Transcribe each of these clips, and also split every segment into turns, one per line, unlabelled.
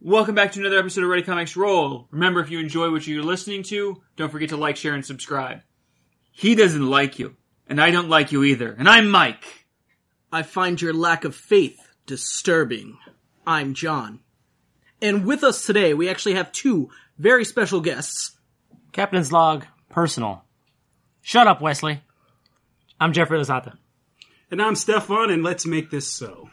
Welcome back to another episode of Ready Comics Roll. Remember, if you enjoy what you're listening to, don't forget to like, share, and subscribe. He doesn't like you, and I don't like you either, and I'm Mike.
I find your lack of faith disturbing. I'm John. And with us today, we actually have two very special guests.
Captain's log, personal. Shut up, Wesley. I'm Jeffrey Lozata.
And I'm Stefan, and let's make this so.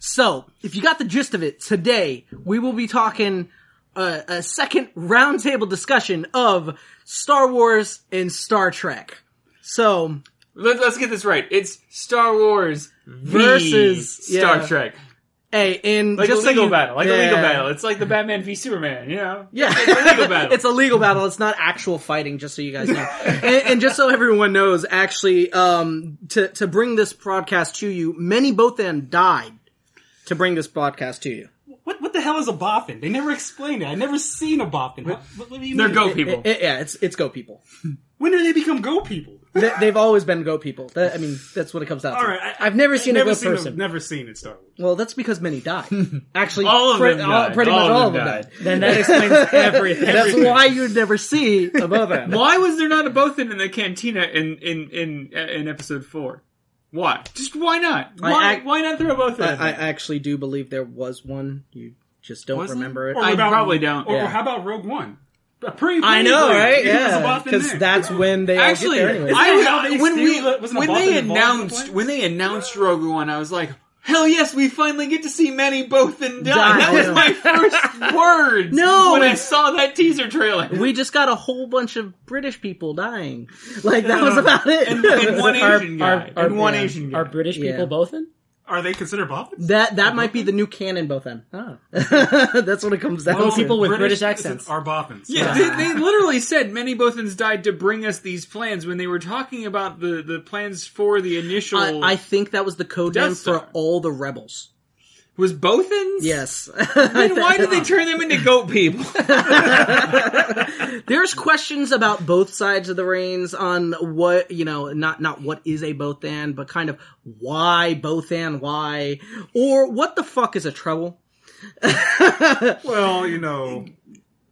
So, if you got the gist of it, today we will be talking a, a second roundtable discussion of Star Wars and Star Trek. So,
Let, us get this right. It's Star Wars versus
Versus,
Star
yeah.
Trek.
hey, and
Like
just
a
so
legal
you-
battle. Like a legal
Yeah.
battle. It's like the Batman v Superman, you know?
Yeah,
It's a legal battle.
it's a legal battle. It's not actual fighting, just so you guys know, and, and just so everyone knows. Actually, um, to to bring this broadcast to you, many both end died to bring this broadcast to you.
What what the hell is a boffin? They never explained it. I never seen a boffin. What, what, what do you
They're
mean?
go people.
I- I- yeah, it's it's go people.
When do they become go people?
They, they've always been go people. That, I mean, that's what it comes down
All
to.
right, I,
I've never seen
never
a go
seen
person.
never seen it Star Wars.
well, that's because many died. Actually,
All of
pre-
them
all-
died.
pretty
All
much
of
all of
them
them
died.
died.
Then that explains everything.
That's why you'd never see a both end.
Why was there not a Bothan in the cantina in in in uh, in episode four? Why? Just why not?
I
Why,
act-
why not throw a Bothan? in
I, I
there?
actually do believe there was one. You just don't
Was there?
remember it.
Or
I
about-
probably don't.
Or,
Yeah.
or how about Rogue One? A pretty,
I know,
pretty-
right?
there was a
Yeah,
boffin
because
there.
that's when they
Actually,
All get there anyway.
I
How
was,
they
when
steal
we
it? Wasn't a
when
Bothan
they
involved at one
announced
point?
when they announced Rogue One, I was like, hell yes, we finally get to see Manny Bothan die.
Die.
That was my first words
No,
when I
it's-
saw that teaser trailer.
we just got a whole bunch of British people dying. Like that was about it.
and, and one
Our-
Asian
our-
guy.
our-
and one
yeah,
Asian guy.
Are British people
Yeah.
both in?
Are they considered boffins?
that that might be the new canon, both end.
Oh.
Ah. That's what it comes down
Those
to.
people with British
citizens
accents.
are boffins.
Yeah, they, they literally said Manny Bothans died to bring us these plans when they were talking about the, the plans for the initial.
I, I think that was the code
Death
name
Star.
for all the rebels.
was Bothans?
Yes.
Then why did they turn them into goat people?
There's questions about both sides of the reins on what you know, not not what is a Bothan, but kind of why Bothan, why, or what the fuck is a treble?
Well, you know,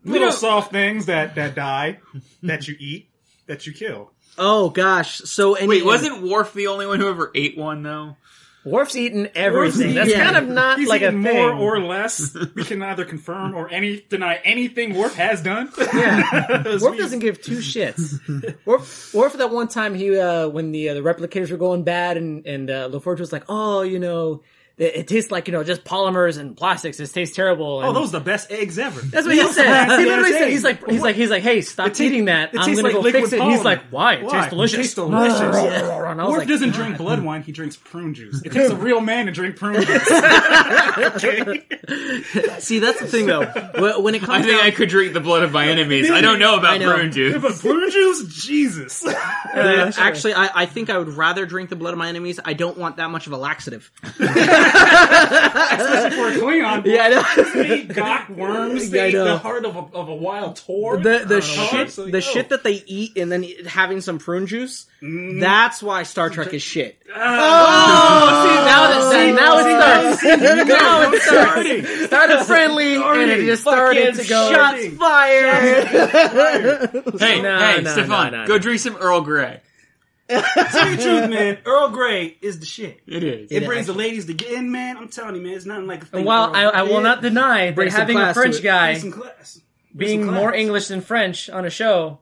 little soft things that that die, that you eat, that you kill.
Oh gosh! So any,
Wait, wasn't Worf the only one who ever ate one though?
Worf's eaten everything.
Worf's
That's
eaten-
kind of not
He's
like a
eaten
thing.
more or less. We can neither confirm or any deny anything Worf has done.
Worf doesn't give two shits. Worf, Worf that one time he uh, when the uh, the replicators were going bad and and uh, LaForge was like, oh, you know, it, it tastes like you know just polymers and plastics. This tastes terrible. And
Oh, those are the best eggs ever.
That's what he said. He literally said he's like he's
What?
like he's like, hey, stop
It tastes-
eating that.
it
I'm
tastes like
gonna go
liquid
fix it. He's
polymer.
like, why? It
Why?
tastes delicious.
It tastes delicious.
and I was
Worf
like,
doesn't drink blood wine; he drinks prune juice. It takes a real man to drink prune juice. okay.
See, that's the thing though. Wh- When it
I
comes
think
down,
I could drink the blood of my enemies. I don't know about
I know.
prune juice.
But prune juice, Jesus.
uh, actually, I, I think I would rather drink the blood of my enemies. I don't want that much of a laxative.
For a Klingon,
Yeah, I know.
they got worms.
Yeah, I
They eat
know.
the heart of a, of a wild tor.
The the
know.
shit
It's like,
the
oh.
shit that they eat and then eat- having some prune juice.
Mm-hmm.
That's why Star Trek is shit.
Uh,
Oh,
Oh,
see, now, that, see, now it starts. now it starts.
Party.
Started friendly, and it just started
Fucking
to go.
shots fired.
Hey,
No,
hey,
no,
Stefan,
no, no,
go
no.
drink some Earl Grey.
Tell you the truth, man. Earl Grey is the shit.
It is.
It brings the ladies to get in, man. I'm telling you, man. It's nothing like a thing.
While
Earl
I, I
Grey.
will not deny that
some
having a
class to
French
it.
guy
Bring some class. Bring some
being
class.
more English than French on a show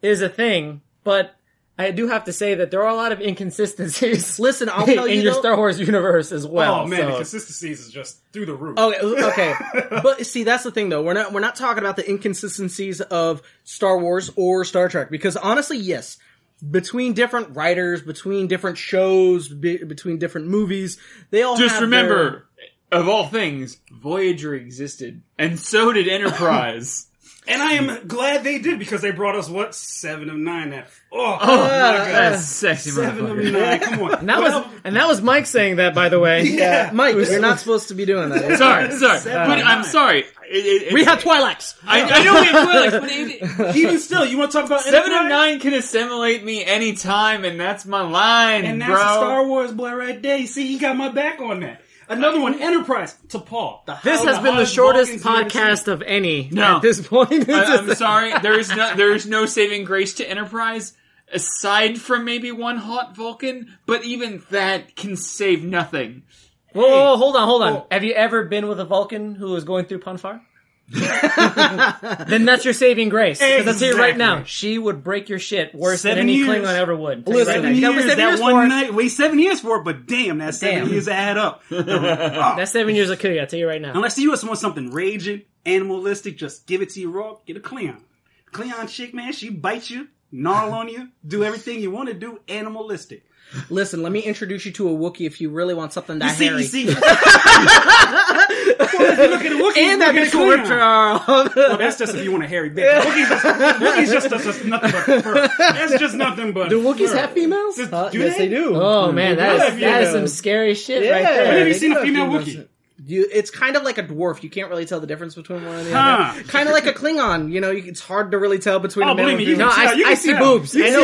is a thing, but I do have to say that there are a lot of inconsistencies.
Listen, I'll
in
tell you
your
though-
Star Wars universe as well.
Oh man, the
so-
consistencies is just through the roof.
Okay, okay. but see, that's the thing though. We're not we're not talking about the inconsistencies of Star Wars or Star Trek because honestly, yes, between different writers, between different shows, be, between different movies, they all
Just
have their-
remember, of all things, Voyager existed, and so did Enterprise.
And I am glad they did because they brought us what seven of nine. That oh,
oh,
my god,
that's sexy
seven of
motherfucker.
nine. Come on,
And that was and that was Mike saying that, by the way.
yeah.
Mike. You're not supposed to be doing that.
Sorry, sorry,
Seven
but
of
I'm
nine.
sorry. It- it-
we
it's-
have Twi'leks.
I, I know we have Twi'leks, but it,
Even still, you want to talk about
Seven of
Enterprise?
Nine can assimilate me anytime, and that's my line,
And that's
bro.
a Star Wars boy right there. You see, he got my back on that. Another one, Enterprise to Paul. The
This
How
has been the
Hive
shortest
Vulcans Intercede.
podcast of any
No.
at this point.
I, am sorry. There is no there is no saving grace to Enterprise aside from maybe one hot Vulcan, but even that can save nothing.
Whoa, whoa, whoa, Oh, hold on, hold on. Have you ever been with a Vulcan who was going through Ponfar? then that's your saving grace. Because I'll tell you right now,
Exactly.
she would break your shit worse
Seven
than any
years.
Klingon ever would. Tell you
Seven
right now. You
years,
gotta wait seven
that
years
one
for it.
night, wait seven years for it, but damn, that seven
Damn.
years add up.
That's seven years of kill you, I'll tell you right now.
Unless you just want something raging, animalistic, just give it to you raw. Get a Cleon. Cleon chick, man, she bites you, gnarl on you, do everything you want to do, animalistic.
Listen, let me introduce you to a Wookiee if you really want something that
You see,
hairy.
you see. Look at the Wookiees,
and that
look at
bitch
the
will rip
Klingon.
your arm off.
Well, that's just if you want a hairy bitch. Wookiees, Wookiees just, that's just nothing but fur. That's just nothing but.
Do Wookiees
fur.
have females?
Just-
Uh,
do
yes,
they?
they do.
Oh man,
do
that
have
is, that is some
females.
scary shit right
Yeah.
Have
there.
you
they
seen
do
a
have
female
females.
Wookiee?
You, it's kind of like a dwarf. You can't really tell the difference between one and the
Huh.
other. Kind of like a Klingon. You know, you, it's hard to really tell between.
Oh,
a male
believe
and
me, you
female.
can
No, I-
tell. You
I
can
see
tell.
boobs.
You
I
see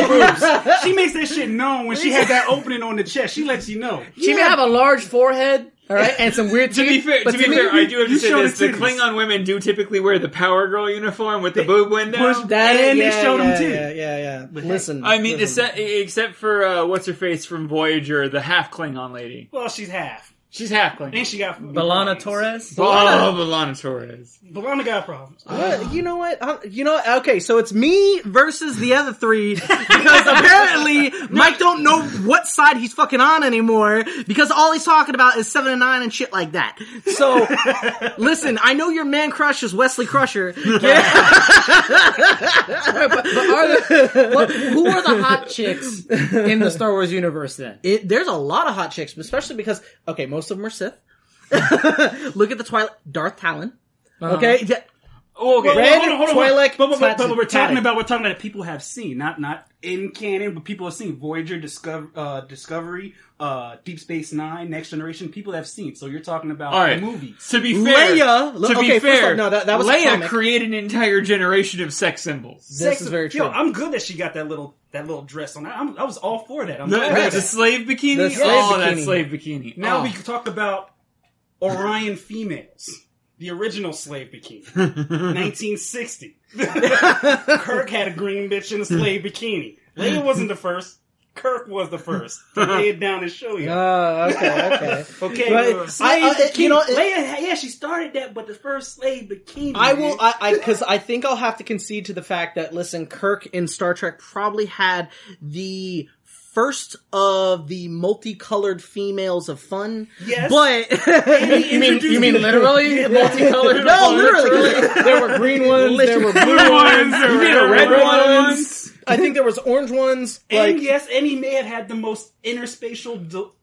know
boobs. she makes that shit known when she has that opening on the chest. She lets you know.
She may have a large forehead, all right, and some weird
To be
teeth.
fair,
but
to be
me-
fair, I do have to
you
say
show
this:
the
the
titties.
Klingon women do typically wear the Power Girl uniform with the boob window.
Push
That
and
yeah,
they showed
yeah,
them too.
Yeah, yeah, yeah. Listen,
I mean,
listen.
except, except for uh, what's her face from Voyager, the half Klingon lady.
Well, she's half.
She's half Klingon.
And she got
Belana Torres.
Oh, Belana Torres.
Belana got problems.
Well, you know what? Uh, you know, what? okay, so it's me versus the other three because apparently Mike don't know what side he's fucking on anymore because all he's talking about is seven and nine and shit like that. So, listen, I know your man crush is Wesley Crusher.
But are the, what, who are the hot chicks in the Star Wars universe then?
It, there's a lot of hot chicks, especially because okay, most of them are Sith. Look at the Twilight, Darth Talon.
Uh-huh.
Okay, yeah,
Oh, okay.
Red, Twi'lek,
but, but, but, but
Tatsu.
we're talking
Tatsu.
about we're talking about that people have seen, not not in canon, but people have seen Voyager, Discover, uh, Discovery, uh, Deep Space Nine, Next Generation. People have seen. So you're talking about
All right.
movies.
To be fair,
Leia-
to be
okay, first
fair,
off, no, that- that was a
Leia
comic.
created an entire generation of sex symbols.
this is very true.
Yo, I'm good that she got that little that little dress on. I, I'm, I was all for that. I'm
The,
glad
the-
that-
the slave bikini.
The slave
oh, that
bikini.
slave bikini.
Now
Oh.
we can talk about Orion females, the original slave bikini, 1960. Kirk had a green bitch in a slave bikini. Leia wasn't the first. Kirk was the first. To lay it down and show you.
Uh, okay, okay.
okay,
but
uh,
I- I-
slave
you know,
bikini. Leia, yeah, she started that, but the first slave bikini.
I will,
man.
I, I, because I think I'll have to concede to the fact that listen, Kirk in Star Trek probably had the first of the multicolored females of fun.
Yes.
but
He introduced the-
literally multicolored?
no, literally,
There were green ones. There were blue
Blue
ones.
ones, there
You
were
made a red
red
one.
ones.
I think there was orange ones.
And
Like,
yes, and he may have had the most interspatial del-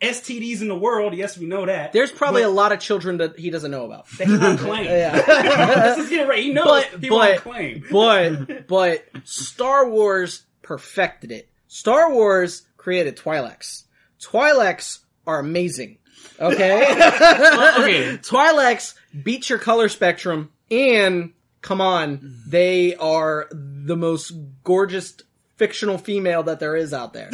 STDs in the world. Yes, we know that.
there's probably a lot of children that he doesn't know about.
that he won't claim.
Yeah.
Let's just get it right. He knows
But-
he
but-
won't claim.
but but Star Wars perfected it. Star Wars created Twi'leks. Twi'leks are amazing. Okay.
okay.
Twi'leks beat your color spectrum, and come on, they are the most gorgeous fictional female that there is out there.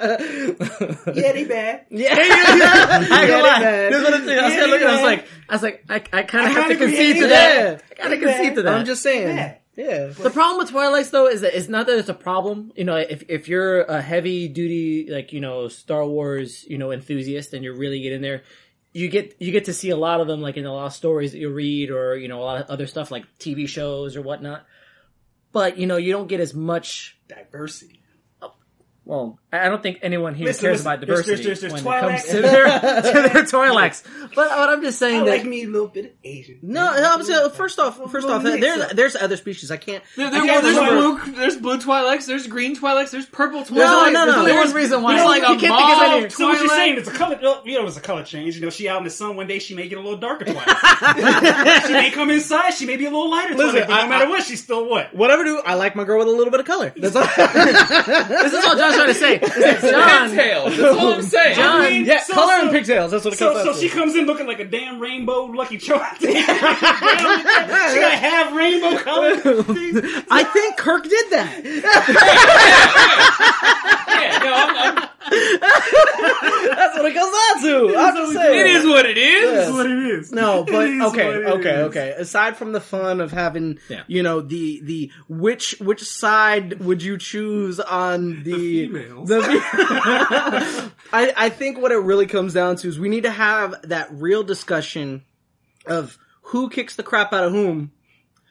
yeah, they bad.
I
Yeah,
ain't gonna
they
lie. This is what I'm saying. I was
Yeah,
kinda looking. I was
yeah.
like, I was like, I, I kind
I
of have to
kinda
concede to
agree.
that.
Yeah.
I gotta concede to that.
I'm just saying. Yeah.
the problem with Twilight's though is that it's not that it's a problem. You know, if if you're a heavy duty like you know Star Wars you know enthusiast and you're really getting there, you get you get to see a lot of them like in a lot of stories that you read or you know a lot of other stuff like TV shows or whatnot. But you know, you don't get as much.
Diversity.
Well, I I don't think anyone here
Listen,
cares
listen,
about
there's-
diversity
there's- there's- there's
when it comes
Twi'leks
to
and-
their, to their Twi'leks. But, but I'm just
I
saying
like
that
me a little bit of Asian.
No, I'm saying, first off, first off,
Well,
there's
yeah.
there's other species. I can't.
There,
I
there,
can't
there's
remember.
blue, there's blue Twi'leks, there's green Twi'leks, there's purple Twi'leks.
No, no,
there's
no.
only
There's-
one reason why
there's like a
you can't think of
mob
any.
So what you're
Twilight.
saying is a color, well, you know, it's a color change. You know, she out in the sun one day, she may get a little darker twice. she may come inside, she may be a little lighter
Listen,
Listen, but
I-
no matter
I-
what, she's still what.
Whatever do I like my girl with a little bit of color. That's all.
This is all Josh I'm trying to say. Is that John?
Pigtails. That's all I'm saying.
John.
I mean,
yeah,
so-
color
so-
and pigtails. That's what it comes
So,
out to.
so she comes in looking like a damn rainbow Lucky Charms. she gotta have rainbow colors.
I think Kirk did that.
Yeah, no, I'm, I'm,
That's what it comes out to. I'm just saying.
It is what it is.
Yes.
What it is?
No, but
is
okay,
what it
okay,
is.
okay. Aside from the fun of having,
Yeah.
you know, the the which which side would you choose on the
females.
the fe- I I think what it really comes down to is we need to have that real discussion of who kicks the crap out of whom.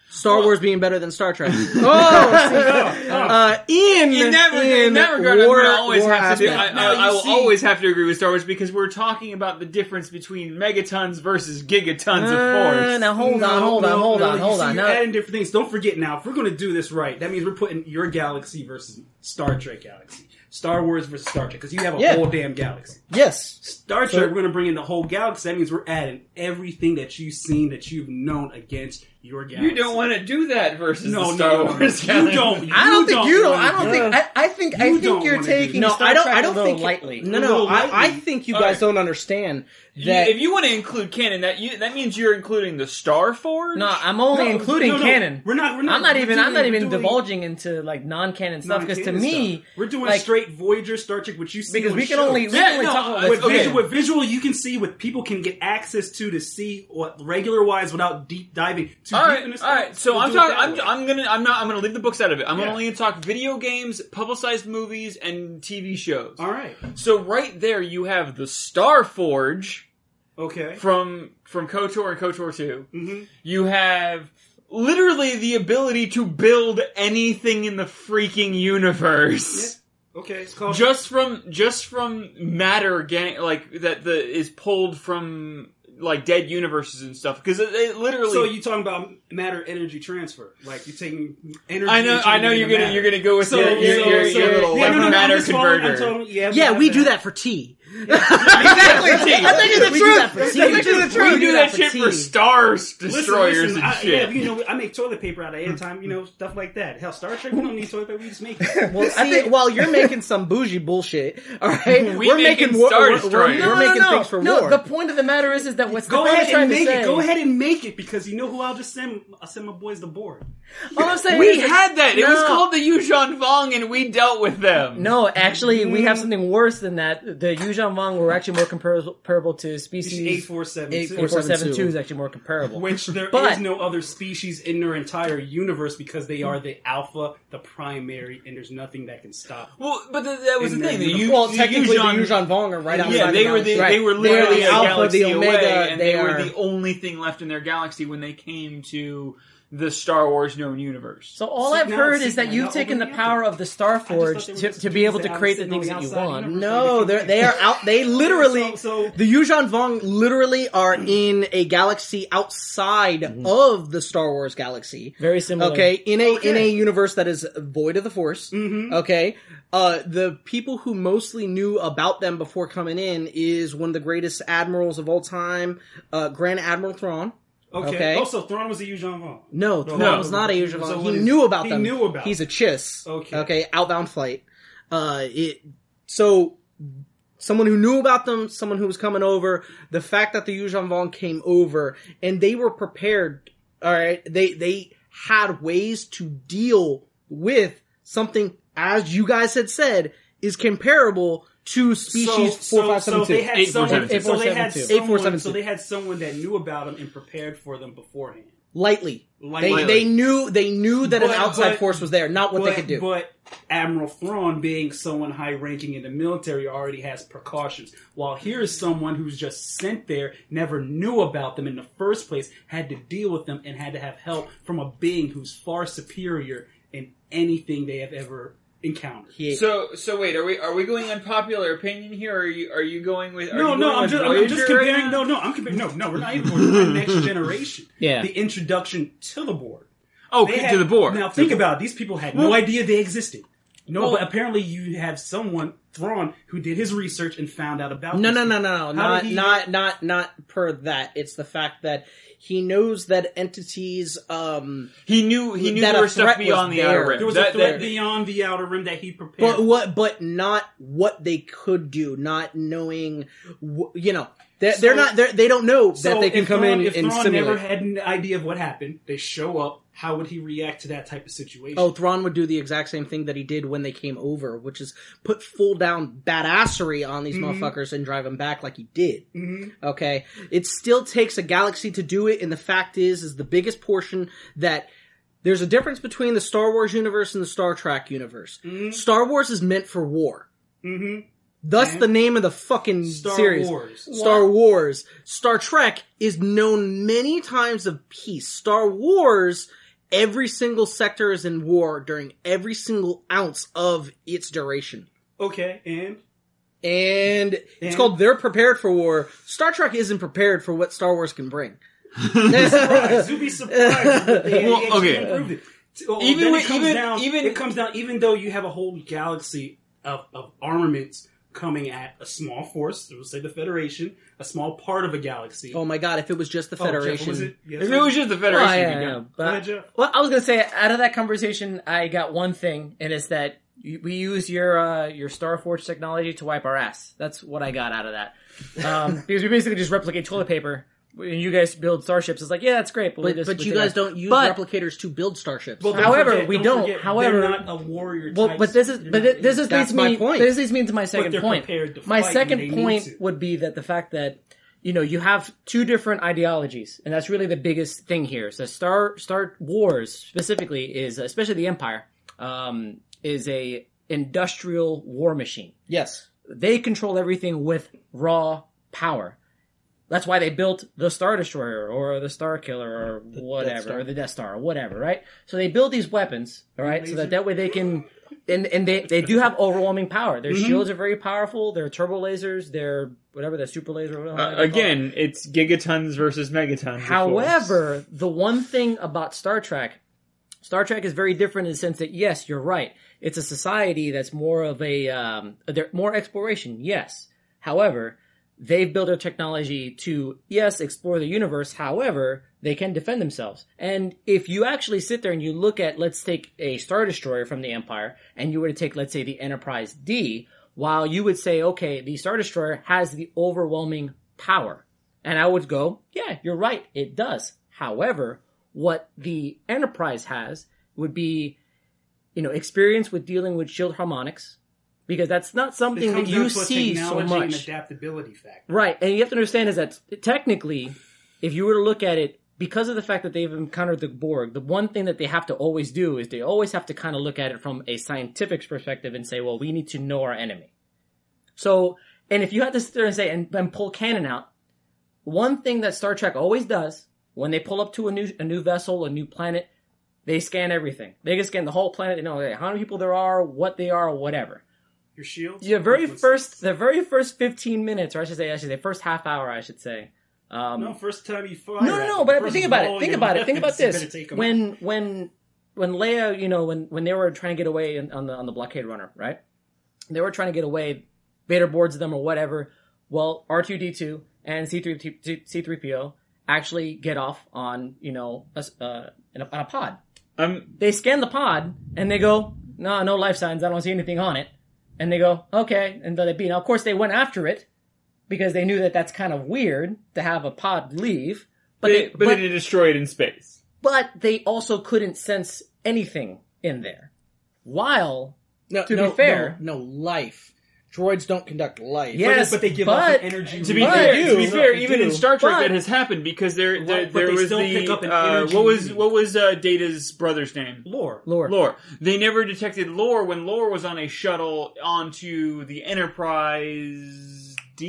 Star Wars being better than Star Trek. oh, see, uh, Ian.
In that,
Ian
in that regard, I'm
War-
going to always
War
have to.
Aspen.
I,
No,
I, I
you
will
see-
always have to agree with Star Wars because we're talking about the difference between megatons versus gigatons of force.
Uh, now hold on, hold on, hold on, hold on.
You're
Now,
adding different things. Don't forget now, if we're going to do this right, that means we're putting your galaxy versus Star Trek galaxy, Star Wars versus Star Trek, because you have a
Yeah.
whole damn galaxy.
yes,
Star Trek, we're going to bring in the whole galaxy. That means we're adding everything that you've seen that you've known against your galaxy.
you don't want to do that versus
no,
the Star
no, no,
Wars.
No, you don't.
calendar.
I don't think you don't.
wanna
I don't think. I, I think. I
You
think
don't
you're
wanna do
taking.
that.
no,
Star
I don't.
Trek
I
a
don't
little
think
lightly.
No, no,
A little
I, I
lightly.
think you
All
guys
right.
don't understand
You-
that.
if you want to include canon, that you, that means you're including the Star Forge.
No, I'm only
No,
including
no, no.
canon.
We're not. We're not.
I'm not
we're
even.
doing-
I'm not
we're
even
doing
divulging into like non-canon stuff because to
non-canon
me,
stuff. we're doing
like,
straight Voyager, Star Trek, which you see
Because
on
we can
shows.
only we
Yeah,
can only
no,
talk about
uh,
with,
what's
okay.
visual, with visual, you can see what people can get access to to see what regular wise without deep diving too
All
deep
right,
into stuff.
all right. So
We'll
I'm
do it
talking.
that
I'm,
way.
I'm gonna. I'm not. I'm gonna leave the books out of it. I'm
Yeah.
only gonna talk video games, publicized movies, and TV shows.
all right.
So right there, you have the Star Forge
Okay.
from from KOTOR and KOTOR 2.
Mhm.
You have literally the ability to build anything in the freaking universe.
Okay. It's called.
Just from just from matter getting like that the is pulled from like dead universes and stuff because it, it literally
so you're talking about matter energy transfer, like you're taking energy.
I know,
and
I know
turning it
you're
into
gonna
matter.
you're gonna go with
So,
your, your,
so,
your,
so,
your little
yeah,
like,
no, no, no, I'm
matter
just following- I'm
converter.
telling- yeah,
yeah, we
have
do that for tea.
exactly.
That's
That's
actually the
We do
truth.
that for
That's
tea.
actually
We do
the
that
truth.
we do that shit for Star
Listen,
Destroyers
listen,
and
I,
shit.
Yeah, you know, I make toilet paper out of airtime, you know, stuff like that. Hell, Star Trek, we don't need toilet paper, we just make it.
Well, I think while you're making some bougie bullshit, all right,
We making
war-
Star
we're- we're-
Destroyers. No,
We're, making things for
no,
war.
the point of the matter is, is that what's
Go
the point I'm
ahead
trying
and
to
make
say.
it. Go ahead and make it because you know who I'll just send. I'll send my boys the board.
All I'm saying
we
is,
had that. It was
No.
called the Yuzhan Vong, and we dealt with them.
No, actually, we
Mm.
have something worse than that. The Yuuzhan Vong were actually more compar- comparable to
Eight
species.
four seven two.
8472 is actually more comparable.
Which there is
But-
no other species in their entire universe because they are the alpha, the primary, and there's nothing that can stop. them.
Well, but th- that was the
In
thing.
the
The
universe.
Yu-
well,
the
technically,
Yuzhan-
the Yuzhan Vong are right outside.
Yeah, they
the
were the,
galaxy. Right.
they were literally
the
a
Alpha,
galaxy
the Omega.
away, and
they,
they, were
are
the only thing left in their galaxy when they came to the Star Wars known universe.
so all
See,
I've
now-
heard
see,
is that
now
you've
you're
taken the
opening up.
power of the Star
thought
Forge
they were
to,
just
to be
doing
able to
the
create the
outside
things that you
universe.
want.
no, they're, they are out. They literally,
So- so-
the Yuzhan Vong literally are in a galaxy outside of the Star Wars galaxy.
Very similar.
Okay, in a in a universe that is void of the Force.
Mhm.
Okay, uh, the people who mostly knew about them before coming in is one of the greatest admirals of all time, uh, Grand Admiral Thrawn.
Okay.
Okay.
Also, Thrawn was a Yuuzhan Vong.
No, Thrawn
No.
was not a Asia
So
He
what is-
knew about
he
them.
knew about
He's a
them.
chiss.
Okay.
Okay. Outbound flight. Uh, it. So someone who knew about them, someone who was coming over, the fact that the Yuuzhan Vong came over and they were prepared. All right, they they had ways to deal with something as you guys had said is comparable to species
so,
four five seven
so, so they
two.
had
Eight four
someone,
seven two.
so they had
Eight four seven two.
someone-
Eight four seven
so
two.
they had someone that knew about them and prepared for them beforehand.
Lightly. They,
Lightly.
they knew they knew that an
But-
outside
but-
force was there, not what
but,
they could do.
But Admiral Thrawn, being someone high ranking in the military, already has precautions. While here is someone who's just sent there, never knew about them in the first place, had to deal with them, and had to have help from a being who's far superior in anything they have ever encountered.
He-
So, so wait, are we are we going unpopular opinion here? Or are you are you going with? Are
No,
you
no,
going
I'm
with
just, I'm
Voyager
just
right
comparing.
now?
no, no, I'm comparing. No, no, we're not even we're not next generation.
Yeah.
the introduction to the board.
Oh,
They
to
had-
the board.
Now think about it. These people had no idea they existed. No,
Well-
but apparently you have someone Thrawn who did his research and found out about.
No,
this.
no, no, no, no,
How
not
did he-
not not not per that. It's the fact that he knows that entities. Um,
He knew he knew
That
there
a
was stuff
threat was
beyond the
there.
outer rim.
There was
That-
a threat
that-
beyond the outer rim that he prepared.
but what? But not what they could do. Not knowing, wh- you know, they're, they're
So-
not. They're, they don't know
So
that they can
if
come
Thrawn,
in
if
and
Thrawn
simulate.
never had an idea of what happened, they show up. How would he react to that type of situation?
Oh, Thrawn would do the exact same thing that he did when they came over, which is put full down badassery on these
Mm-hmm.
motherfuckers and drive them back like he did.
Mhm.
Okay, it still takes a galaxy to do it, and the fact is, is the biggest portion that there's a difference between the Star Wars universe and the Star Trek universe.
Mm-hmm.
Star Wars is meant for war.
Mhm.
Thus,
Okay.
the name of the fucking
Star
series.
Wars.
Star Wars. Star Trek is known many times of peace. Star Wars, every single sector is in war during every single ounce of its duration.
Okay, and
And it's
And-
called They're Prepared for War. Star Trek isn't prepared for what Star Wars can bring.
surprised. You'd be surprised. if they
Well,
actually
okay.
improved it. T- oh,
Even
then
with-
it comes
even-
down,
even-
it comes down. Even though you have a whole galaxy of, of armaments coming at a small force, so say the Federation, a small part of a galaxy.
oh my god, if it was just the
Oh, Jeff, what
Federation.
was it? Yes,
If it was just the Federation,
Well,
it'd
yeah,
be
yeah,
done.
but-
Go ahead, Jeff.
well, I was gonna say out of that conversation, I got one thing, and it's that you- we use your uh, your Starforge technology to wipe our ass. That's what I got out of that, um, because we basically just replicate toilet paper, and you guys build starships. It's like, yeah, that's great, we
But,
just-
but
we
you
take
guys
our-
don't use
But-
replicators to build starships.
Well,
However, we don't.
forget,
However-
they're not a warrior.
Well,
type.
but this is
They're
but
not
thi- this is
That's
leads me,
my point.
This leads me to my second
they're
point.
prepared to
my
fight when
second
they need
point
to.
would be that the fact that you know you have two different ideologies, and that's really the biggest thing here. So Star Star Wars specifically is especially the Empire um, is a industrial war machine.
yes.
They control everything with raw power. That's why they built the Star Destroyer or the Star Killer or whatever,
Star.
or the Death Star or whatever, right? So they build these weapons, all right, so
Laser.
that that way they can, and and they they do have overwhelming power. Their shields are very powerful. Their turbo lasers, their whatever, their super laser. whatever the hell
Uh,
they're called.
again, it's gigatons versus megatons. of course.
However, the one thing about Star Trek, Star Trek is very different in the sense that yes, you're right. It's a society that's more of a um, they're more exploration. Yes, however, they've built their technology to yes explore the universe. However, they can defend themselves. And if you actually sit there and you look at let's take a Star Destroyer from the Empire, and you were to take let's say the Enterprise D. While you would say, okay, the Star Destroyer has the overwhelming power, and I would go, yeah, you're right, it does. However, what the Enterprise has would be, you know, experience with dealing with shield harmonics, because that's not
It
something that
comes
you
down to a
see so
technology and
much.
adaptability factor.
Right, and you have to understand is that technically, if you were to look at it, because of the fact that they've encountered the Borg, the one thing that they have to always do is they always have to kind of look at it from a scientific perspective and say, well, we need to know our enemy. So, and if you had to sit there and say, and, and pull cannon out, one thing that Star Trek always does when they pull up to a new a new vessel, a new planet, they scan everything. They can scan the whole planet. They know like, how many people there are, what they are, whatever.
Your shields.
Your very
Frequency.
first, the very first fifteen minutes, or I should say, I should say, first half hour, I should say. Um,
No,
no,
first time you fire.
no,
at
no,
them,
But
first
think about
ball
it. Think
you
about it.
let
Think
them,
about
you better
this.
take 'em out.
When when when Leia, you know, when when they were trying to get away in- on the on the blockade runner, right? They were trying to get away. Vader boards them or whatever. Well, R two D two and C three C three PO actually get off on you know a s uh, in a, on a pod
I'm
they scan the pod and they go, no, no life signs. I don't see anything on it. And they go, okay. And let it be. Now, of course, they went after it because they knew that that's kind of weird to have a pod leave. But
they,
they,
but,
but,
they destroy it in space.
but they also couldn't sense anything in there. While
No,
To be
no,
fair-
no, no life. Droids don't conduct life.
yes,
but they give
but,
off an energy.
To be
But
fair,
you-
to be fair, even in
do.
Star Trek
But-
that has happened because there there,
Right, but
there
they
was
still
the
pick up an
uh,
energy
what was
medium.
what was uh, Data's brother's name?
lore.
Lore.
Lore. They never detected Lore when Lore was on a shuttle onto the Enterprise D.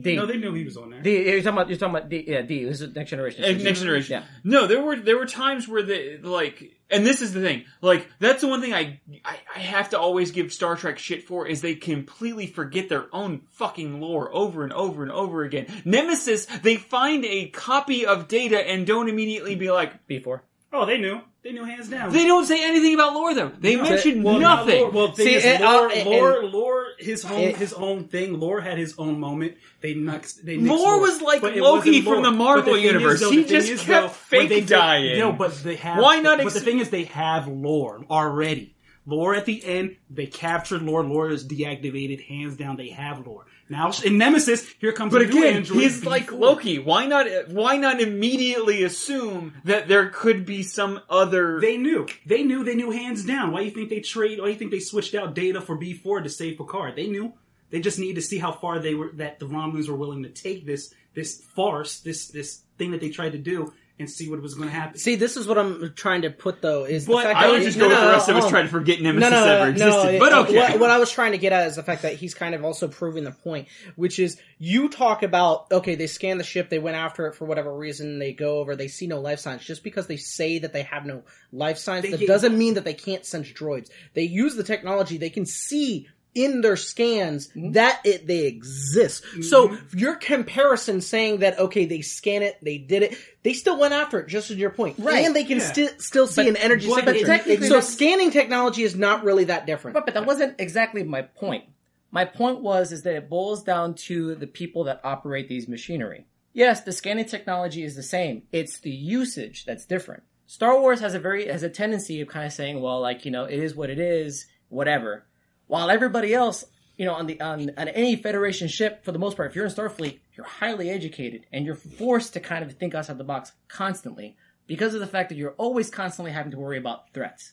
uh,
D.
No, they knew he was on there.
D, you're talking about you're talking about D. Yeah, D. This is next generation.
Uh, Next generation.
Yeah.
No, there were there were times where the like, and this is the thing. Like that's the one thing I, I I have to always give Star Trek shit for is they completely forget their own fucking lore over and over and over again. Nemesis, they find a copy of Data and don't immediately be like,
Before
Oh, they knew. They knew hands down.
They don't say anything about lore though. They mention
well, not
nothing.
Lore. Well, the thing
See,
is,
and, uh,
lore,
and-
lore, lore, his own,
and-
his own thing. Lore had his own moment. They nixed, they nixed
Lore
lore
was like
But it
Loki
wasn't
from
lore.
the Marvel
But thing is,
universe.
though,
He
the thing
just
is,
kept
though,
fake
when they-
dying.
No, but they have.
Why not
But the
ex-
thing is, they have lore already. Lore at the end, they captured lore. Lore is deactivated, hands down. They have lore now. In Nemesis, here comes.
But
a new
again,
android,
he's like
B4.
Loki. Why not? Why not immediately assume that there could be some other?
They knew. They knew. They knew hands down. Why you think they trade? Why you think they switched out Data for B four to save Picard? They knew. They just need to see how far they were that the Romulans were willing to take this this farce, this this thing that they tried to do, and see what was going to happen.
See, this is what I'm trying to put though is the
But
fact
I
that
would
it- Oh,
just
no,
go with
no,
the
no,
rest of us
hold
trying
on.
to forget Nemesis
no, no,
ever
no,
existed.
it-
but
uh,
okay.
What, what I was trying to get at is the fact that he's kind of also proving the point, which is you talk about okay, they scan the ship, they went after it for whatever reason, they go over, they see no life signs. Just because they say that they have no life signs,
They
that
get-
doesn't mean that they can't sense droids. They use the technology; they can see in their scans that it they exist. So your comparison saying that okay, they scan it, they did it, they still went after it. Just as your point,
Right.
and they can
Yeah.
sti- still see an energy
but
signature.
technically
so
that's-
scanning technology is not really that different.
But, but that wasn't exactly my point. My point was is that it boils down to the people that operate these machinery. Yes, the scanning technology is the same. It's the usage that's different. Star Wars has a very has a tendency of kind of saying, well, like you know, it is what it is, whatever. While everybody else, you know, on the on, on any Federation ship, for the most part, if you're in Starfleet, you're highly educated and you're forced to kind of think outside the box constantly because of the fact that you're always constantly having to worry about threats.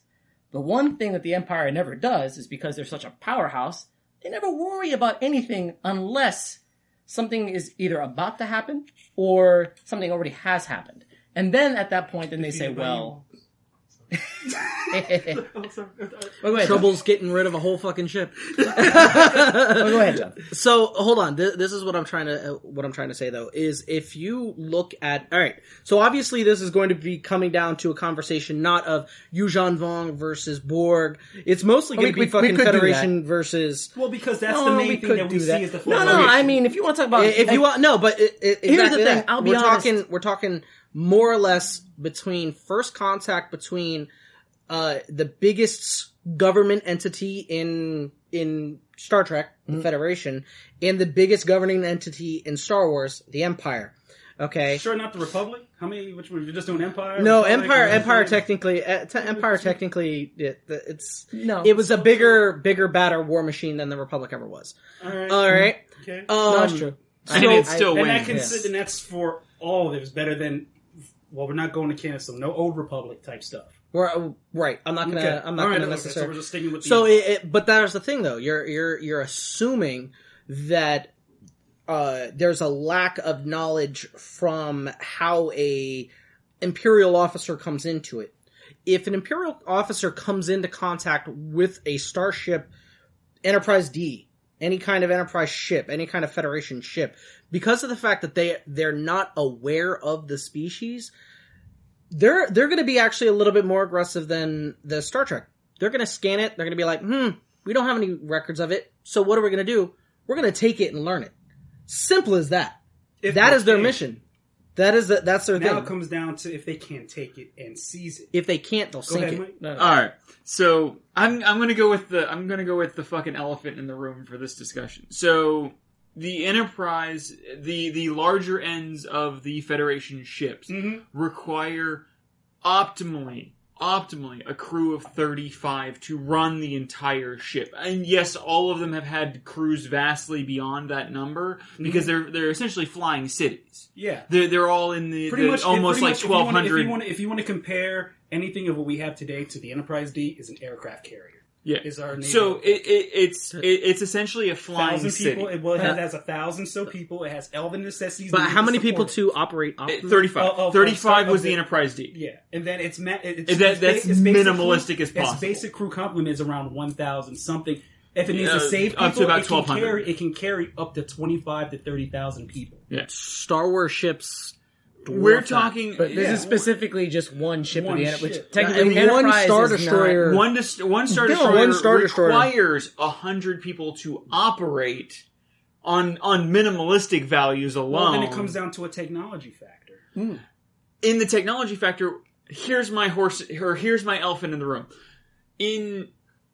The one thing that the Empire never does is because they're such a powerhouse, they never worry about anything unless something is either about to happen or something already has happened. And then at that point, then they say, well. wait, wait,
Trouble's getting rid of a whole fucking ship.
Oh, go ahead, John.
So hold on. This, this is what I'm trying to uh, what I'm trying to say though is if you look at all right. So obviously this is going to be coming down to a conversation not of Yuuzhan Vong versus Borg. It's mostly going
we-
to
we-
be
we
fucking
could do that.
Federation versus.
well, because that's
No,
the
we
main thing
could
that we
do
see
that.
is the
No, no, I mean, if you want to talk about.
If you want no, but it, it,
Here's the
exactly
thing,
that.
I'll be
we're
honest.
talking we're talking more or less between first contact between uh, the biggest government entity in in Star Trek,
Mm-hmm.
the Federation, and the biggest governing entity in Star Wars, the Empire. Okay.
sure not the Republic. How many? Which one? You're just doing Empire.
Oh
No,
Republic,
Empire.
or-
Empire technically, uh, te- Empire technically, it, it's
No.
It was a bigger, bigger, badder war machine than the Republic ever was.
All right.
All right,
okay.
um,
that's Mm-hmm. true.
and
so-
it still
and
wins.
that can sit, and that's for all of it. It's better than. Well, we're not going to Canada, so no old Republic type stuff.
We're, uh, right. I'm not gonna.
Okay.
I'm not
All right,
gonna
okay, So
necessarily.
we're just sticking with the
So, it, it, but that is the thing, though. You're you're you're assuming that uh, there's a lack of knowledge from how a imperial officer comes into it. If an imperial officer comes into contact with a starship, Enterprise D, any kind of Enterprise ship, any kind of Federation ship, because of the fact that they they're not aware of the species, they're they're going to be actually a little bit more aggressive than the Star Trek. They're going to scan it. They're going to be like, hmm, we don't have any records of it. So what are we going to do? We're going to take it and learn it. Simple as that.
If
that
they
is their
can.
mission. That is the, that's their
Now
thing.
it comes down to if they can't take it and seize it.
if they can't, they'll
Go
sink
ahead,
it.
Mike.
All right. So I'm I'm gonna go with the I'm gonna go with the fucking elephant in the room for this discussion. So the Enterprise, the the larger ends of the Federation ships
Mm-hmm.
require optimally optimally a crew of 35 to run the entire ship and yes all of them have had crews vastly beyond that number
Mm-hmm.
because they're they're essentially flying cities
Yeah.
they're, they're all in the,
Pretty
the
much
almost
pretty
like
much, if you wanna-
1200
If you want to, if you want to compare anything of what we have today to the Enterprise D, is an aircraft carrier.
yeah
Is our Navy
so it, it, it's it, it's essentially a flying
thousand
city
people? It, well, it has, has a thousand so people. It has elven necessities.
But
they need
how
to
many
support
people
it.
to operate off?
Uh, 35.
Of- of-
35
of-
was
of
the
the-
Enterprise D.
oh, Yeah, and then it's ma- it's,
Is that-
it's
that's
basic crew-
minimalistic as possible.
Its basic crew complement is around one thousand something. If it needs
Uh,
to save people,
up to about
it can
1,200.
carry it can carry up to twenty five to thirty thousand people.
Star Wars ships.
We're
dwarf that.
talking
But this
Yeah.
is specifically just one ship
One
of the Enterprise.
ship.
Technically,
And one
Enterprise
Star
is not-
Destroyer.
one dis- one star
Yeah,
destroyer
one Star Destroyer.
requires 100 people to operate on on minimalistic values alone.
Well, then it comes down to a technology factor.
in the technology factor here's my horse or here's my elephant in the room. In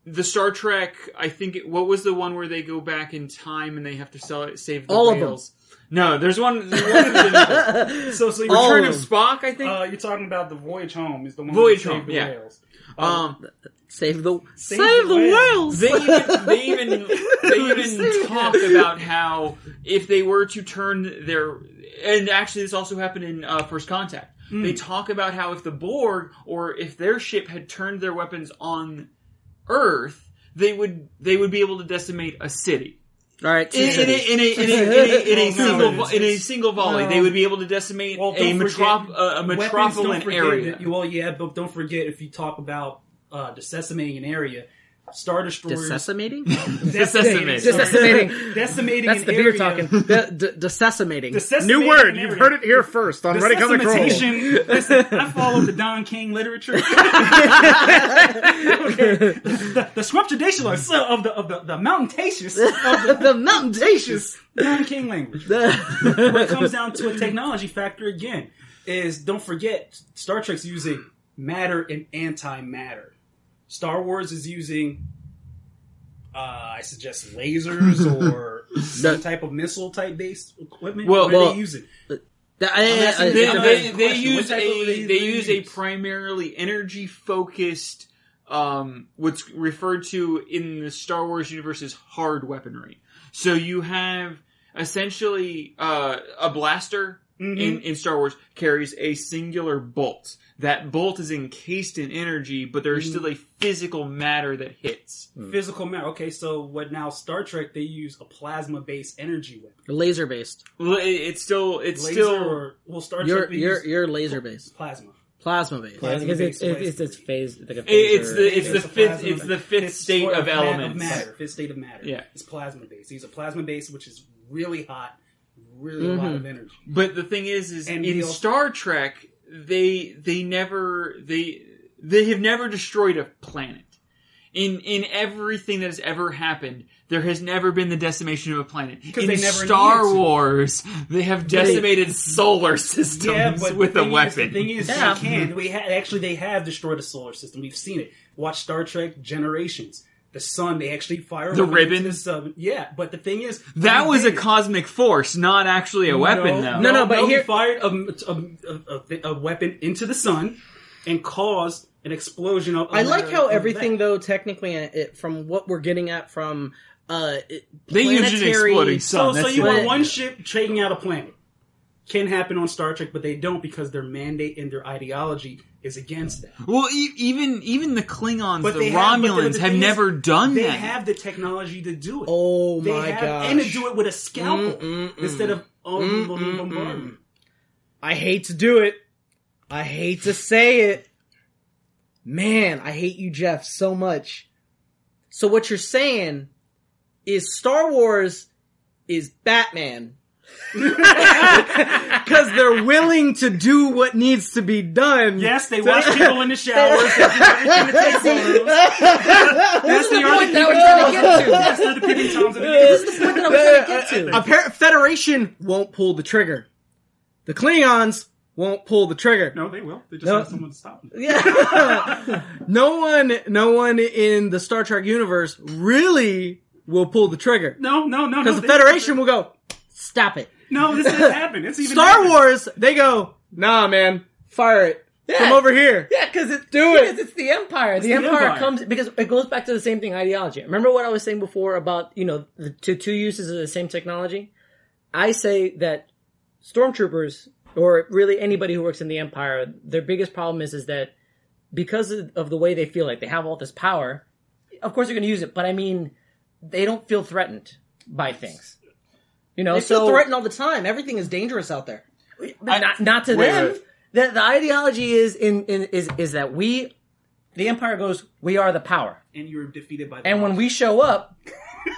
the Star Trek, I think it, what was the one where they go back in time and they have to sell it, save the
All of them.
whales? No, there's one. there's one-
So, so you're
All
Return
trying to.
of
of them.
Spock, I think.
Uh, you're talking about the voyage home is the one
Voyage
that saved
Home,
the
yeah.
whales.
um,
Save the save,
the
the
whales.
whales.
they even they even they even talked about how if they were to turn their and actually this also happened in uh, First Contact. They talk about how if the Borg or if their ship had turned their weapons on Earth, they would they would be able to decimate a city.
All right,
In, in, a, in, a, in, a, in, a, in a single vo- in a single volley, they would be able to decimate
Well,
a,
don't
metrop-
forget-
a, a
Weapons, don't
metropolitan
forget
area.
that- well, yeah, but don't forget if you talk about uh, decimating an area, star destroyers
Decimating?
Decimating.
Decimating.
decimating
That's
an
the
area.
beer talking. De- de- decessimating.
Decimating
New
an
word.
area.
You've heard it here first on Ready Comic Roll.
Decimation. Listen, I follow the Don King literature. okay. The, the scripturational so- of the of the, the mountainous of the
the mountainous.
Don King language. When it comes down to a technology factor again, is don't forget Star Trek's using matter and antimatter. Star Wars is using uh, I suggest lasers or some type of missile type based equipment.
Well,
what are
well,
they using?
uh,
asking
they,
I'm
uh, they,
asking a
they
question.
use
What type
a
of
they,
laser do you
use a
use?
primarily energy focused um, what's referred to in the Star Wars universe as hard weaponry. So you have essentially uh, a blaster
Mm-hmm.
in, in Star Wars carries a singular bolt. That bolt is encased in energy, but there's
Mm-hmm.
still a physical matter that hits.
Physical matter. Okay, so what now? Star Trek they use a plasma based energy weapon.
laser based.
Well, it- It's still it's
Laser
still
or well, Star Trek
You're
they
you're
use
you're laser based.
plasma.
Plasma based.
Yeah, because it's,
Plasma-based
it's, it's this phase. Like a
it- it's
phaser.
the it's the
a
fifth
plasma-
it's the fifth state
sort
of
ma-
elements.
matter. Fifth state of matter.
Yeah.
it's plasma based. These are plasma based, which is really hot, really
Mm-hmm.
a lot of energy.
But the thing is, is
And
in
we also-
Star Trek, they they never they they have never destroyed a planet. In in everything that has ever happened, there has never been the decimation of a planet. In
they never
Star
needed to.
Wars, they have decimated solar systems with a
the thing Is, the
weapon.
thing is,
Yeah.
they can. We ha- actually they have destroyed the solar system. We've seen it. Watch Star Trek Generations. The sun, they actually fire
The
a weapon into
ribbon?
The sun. Yeah, but the thing is,
that
we
was a
did it.
cosmic force, not actually a weapon, though.
No, no, but
he
here-
fired a, a, a, a weapon into the sun and caused an explosion. Of,
I like how
of
everything,
that.
though, technically, uh, it, from what we're getting at from uh, it-
they used an
planetary-
exploding
So,
sun.
Oh, so
that's
you
it.
want one ship taking out a planet? Can happen on Star Trek, but they don't because their mandate and their ideology is against that.
well, e- even even the Klingons,
But
the
they have- but the- but the
Romulans, have
thing is,
never done
They
that.
have the technology to do it.
Oh
they
my
have,
gosh!
And to do it with a scalpel
Mm, mm, mm.
instead of um, bombardment.
I hate to do it. I hate to say it. Man, I hate you, Jeff, so much. So what you're saying is Star Wars is Batman. Because they're willing to do what needs to be done.
Yes, they watch people in the showers. They do everything it takes on them.
That's the point
that we're trying to get to.
That's the depicting times of the
This is the point that I was trying to get to. Appar- Federation won't pull the trigger. The Klingons won't pull the trigger.
No, they will. They just
No.
want someone to stop them.
Yeah. no one, no one in the Star Trek universe really will pull the trigger
No, no, no,
because
no.
the
they-
Federation will go, stop it.
No, this has happened. It's even
Star
happened.
Wars, they go, nah, man, fire it from over here.
Yeah, because it
Do
because
it.
it's the empire. The, empire,
empire.
comes because it goes back to the same thing ideology. Remember what I was saying before about you know the two, two uses of the same technology. I say that stormtroopers or really anybody who works in the empire, their biggest problem is is that because of of the way they feel like they have all this power, of course they're going to use it. But I mean, they don't feel threatened by things. You know,
They
so
feel threatened all the time. Everything is dangerous out there.
but not not to them. The, the ideology is in, in is is that we, the empire goes, we are the power,
And you were defeated by the
and when we show up,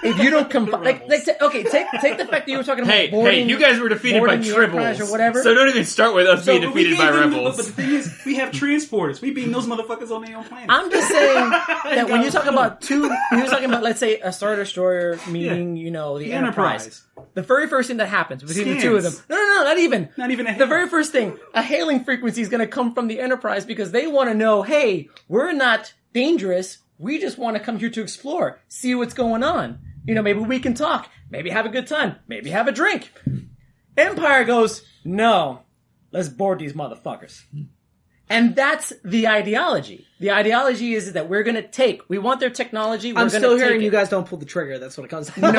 if you don't confide, like, like, t- okay, take take the fact that you were talking about
Hey,
boarding,
hey, you guys were defeated by
boarding the Enterprise
tribbles.
or whatever.
So don't even start with us being
but we
defeated
gave
by
them the- but
rebels.
the thing is, we have transporters. We beam those motherfuckers on their own planet.
I'm just saying that when you talk about two, when you're talking about let's say a star destroyer meeting, you know, the,
The
Enterprise. The very first thing that happens between the two of them.
Scans.
No, no, no, not even.
Not even a
The
hail.
very first thing, a hailing frequency is going to come from the Enterprise because they want to know, hey, we're not dangerous. We just want to come here to explore, see what's going on. You know, maybe we can talk, maybe have a good time, maybe have a drink. Empire goes, no, let's board these motherfuckers. And that's the ideology. The ideology is that we're going to take, we want their technology. We're
I'm
gonna
still
take
hearing
it.
you guys don't pull the trigger. That's what it comes.
No,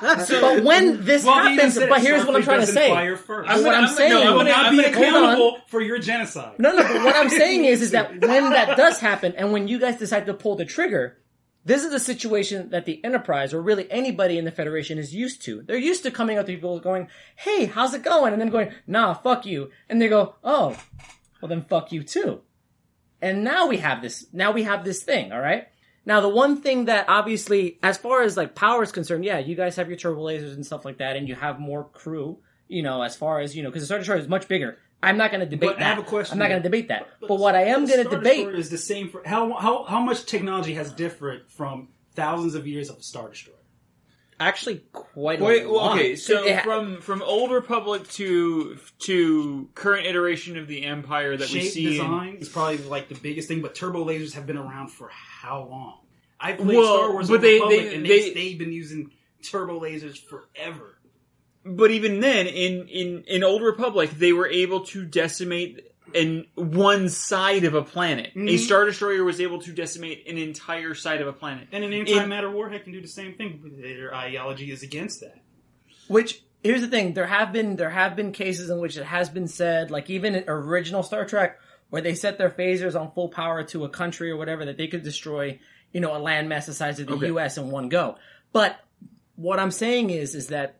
but when this
Well, they even
happens,
said
but
it,
here's what I'm
Starfleet
trying to
doesn't
say.
Fire first.
What I'm
gonna- no,
saying-
I'm
will
gonna-
not
I'm
be
gonna cut-
hold on.
accountable for your genocide.
No, no, but what I'm saying is, is that when that does happen, and when you guys decide to pull the trigger, this is a situation that the Enterprise, or really anybody in the Federation, is used to. They're used to coming up to people going, hey, how's it going? And then going, nah, fuck you. And they go, oh, well then fuck you too. And now we have this, now we have this thing, alright? Now the one thing that obviously, as far as like power is concerned, yeah, you guys have your turbo lasers and stuff like that, and you have more crew, you know, as far as, you know, because the Star Destroyer is much bigger. I'm not gonna debate
But I
that.
have a question.
I'm not gonna debate that. But, what I am
The
gonna
Star
debate,
Destroyer is the same for how how how much technology has differed from thousands of years of a Star Destroyer.
actually quite a
Wait, well,
lot.
okay, so
It-
from from old republic to to current iteration of the empire that we
Shape
see in
design is probably like the biggest thing, but turbo lasers have been around for how long? I played
Well,
Star Wars,
but
Old
they-
Republic,
they-
and
they-
they've been using turbo lasers forever.
but even then in in in old republic they were able to decimate in one side of a planet
Mm-hmm.
a star destroyer was able to decimate an entire side of a planet
And an antimatter warhead can do the same thing, but their ideology is against that.
Which here's the thing: there have been there have been cases in which it has been said, like even in original Star Trek, where they set their phasers on full power to a country or whatever that they could destroy, you know, a landmass the size of the U.S. in one go. But what I'm saying is, is that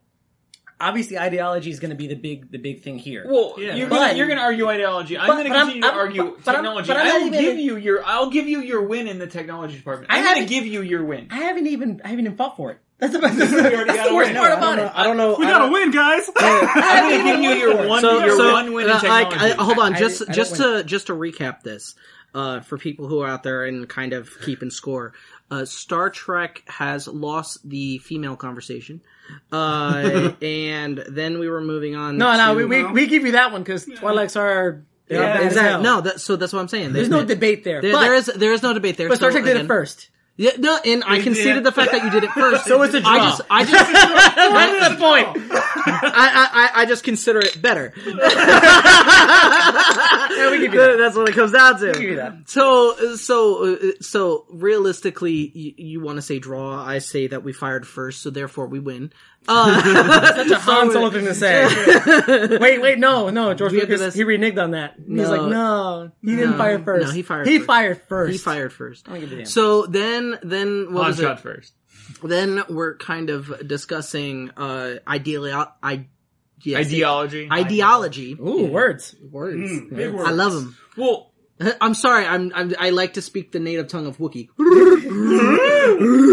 obviously ideology is going to be the big the big thing here.
well,
Yeah.
you're,
But-
gonna, you're going to argue ideology. I'm
but-
going to
but I'm-
continue to
I'm-
argue
but- but I'm-
technology.
but I'm not
I'll
even-
give you your. I'll give you your win in the technology department.
I
I'm going
haven't-
to give you your win.
I haven't even I haven't even fought for it. That's the, that's the worst part
I don't
about
know.
it.
I don't know.
We
I
gotta
Uh,
don't-
win, guys.
I'm going to
haven't
give you
even won for
your one.
So,
it.
your
so
one win in
uh, like,
technology.
I, hold on,
I-
just
I don't
just
win.
to just to recap this uh, for people who are out there and kind of keeping score. Uh, Star Trek has lost the female conversation, uh, and then we were moving on.
No, no,
to-
we, we, we give you that one because Twilight's are they're bad as hell.
exactly. No, that, so that's what I'm saying.
There's no debate there.
There,
but,
there is there is no debate there.
but Star
so
Trek did it
again-
first.
Yeah, no, and I conceded the fact that you did it first. so it's a I
draw.
just, I just,
That's the point.
I, I, I just consider it better.
we give you
That- That's what it comes down to.
give you that.
So, so, uh, so realistically, you, you want to say draw. I say that we fired first, so therefore we win. Uh,
That's a Han Solo thing to say. wait, wait, no, no. George
We have
Lucas,
this-
he reneged on that. He was
No.
like, no, he didn't
No,
fire first.
no, he fired
He
first.
fired first.
he fired first.
give a damn.
So then, then what
Long
was
shot
it?
first.
Then we're kind of discussing uh, ideally, I, yes,
Ideology.
ideology.
Ooh, words.
Words.
Big
I
word.
love them.
well,
I'm sorry. I'm, I'm I like to speak the native tongue of Wookiee.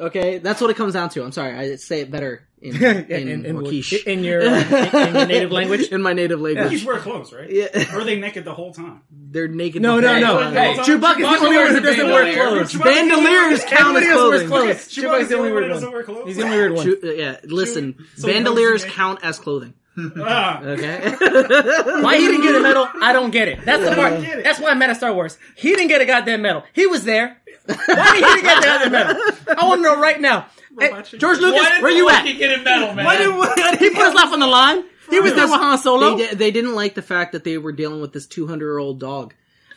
okay, that's what it comes down to. I'm sorry. I say it better in in,
in, in,
Wookieesh.
in your uh, in, in your native language.
in my native language.
He's wear clothes, right?
Yeah.
Or are they naked the whole time?
They're naked.
No, no,
Hey,
no.
hey,
Chewbacca's the
Chewbacca
only one
wears
who
a
doesn't
bandolier.
wear clothes.
Bandoliers count as
Everybody else
clothing.
wears clothes.
Chewbacca's
Chewbacca's the only
one
weird
who doesn't
one.
wear clothes.
He's the only weird one.
Chew- uh, yeah, listen.
so
bandoliers
cozy, eh?
count as clothing.
Ah.
Uh,
Okay.
Why he didn't get a medal, I don't get it. That's the part.
get it.
That's why I'm mad at Star Wars. He didn't get a goddamn medal. He was there. Why he didn't get the goddamn medal? I want to know right now. Hey, George Lucas,
Why
where you at?
did get a medal, man?
He put his life on the line. He was there with Han Solo.
They, di- they didn't like the fact that they were dealing with this 200 year old dog.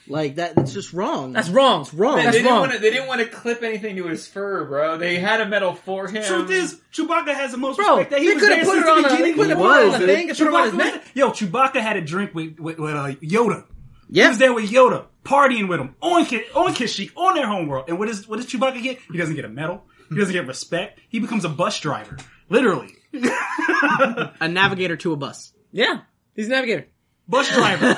Like that, it's just wrong.
That's wrong. That's wrong.
They
That's
didn't
wrong.
wanna- They didn't want to clip anything to his fur, bro. They had a medal for him.
Truth is, Chewbacca has the most
Bro,
respect that he
they
was
coulda
there
put
since
it on
the
a- they
beginning.
coulda
He
put it
was,
on a
dude.
thing and threw it on his
Chewbacca, was,
neck.
yo, Chewbacca had a drink with with, with uh, Yoda. He
yeah.
was there with Yoda, partying with him on Ki- on Kashyyyk, on their homeworld. And what does what does Chewbacca get? He doesn't get a medal. He doesn't get respect. He becomes a bus driver, literally.
A navigator to a bus.
Yeah, he's a navigator.
Bus driver.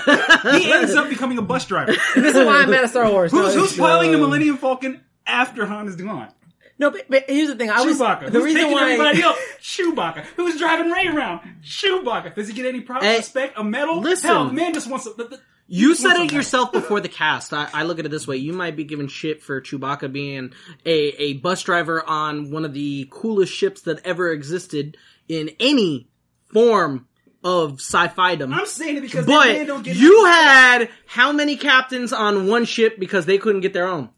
he ends up becoming a bus driver.
This is why I'm mad at Star Wars. No,
um,
Who's, who's
it's-
piloting the Millennium Falcon after Han is gone?
No, but, but here's the thing. I was
Chewbacca.
the
Who's
reason
taking
why
everybody else? Chewbacca. Who's driving Ray around? Chewbacca. Does he get any props,
Hey,
respect, a medal?
listen.
Hell, man just wants a, the, the,
You said
Listen,
it yourself before the cast. I, I look at it this way: you might be giving shit for Chewbacca being a, a bus driver on one of the coolest ships that ever existed in any form of sci-fi.
I'm saying it because that man don't
But
get
you had how many captains on one ship because they couldn't get their own?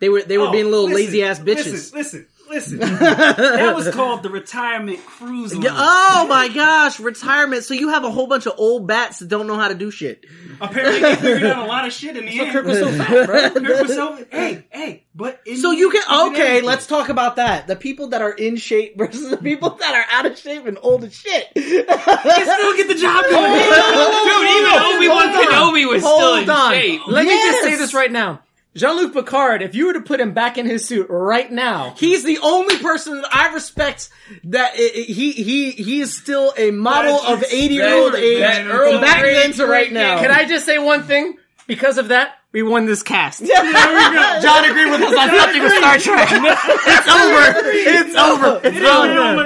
They were they were
Oh,
being little
listen,
lazy ass bitches.
Listen, listen, listen. that was called the retirement cruise line.
Yeah, Oh my gosh, retirement! So you have a whole bunch of old bats that don't know how to do shit.
Apparently, they figured out a lot of shit in the end. Kirk was so fat, bro. Kirk was so hey, hey, but in
So
the-
you
he did
can okay.
everything.
Let's talk about that. The people that are in shape versus the people that are out of shape and old as shit.
still get the job
Oh,
done.
Dude, even Obi Wan
hold on.
Kenobi was still
Hold
in
on.
shape.
Let me
Yes.
just say this right now. Jean-Luc Picard, if you were to put him back in his suit right now,
He's the only person that I respect that i- i- he he he is still a model
That-
of eighty year old
that-
age
that
from
Earl
back
Grey
then to right now.
can I just say one thing? Because of that, we won this cast.
John agreed with us on nothing with Star Trek. it's over. It's over. It's
over.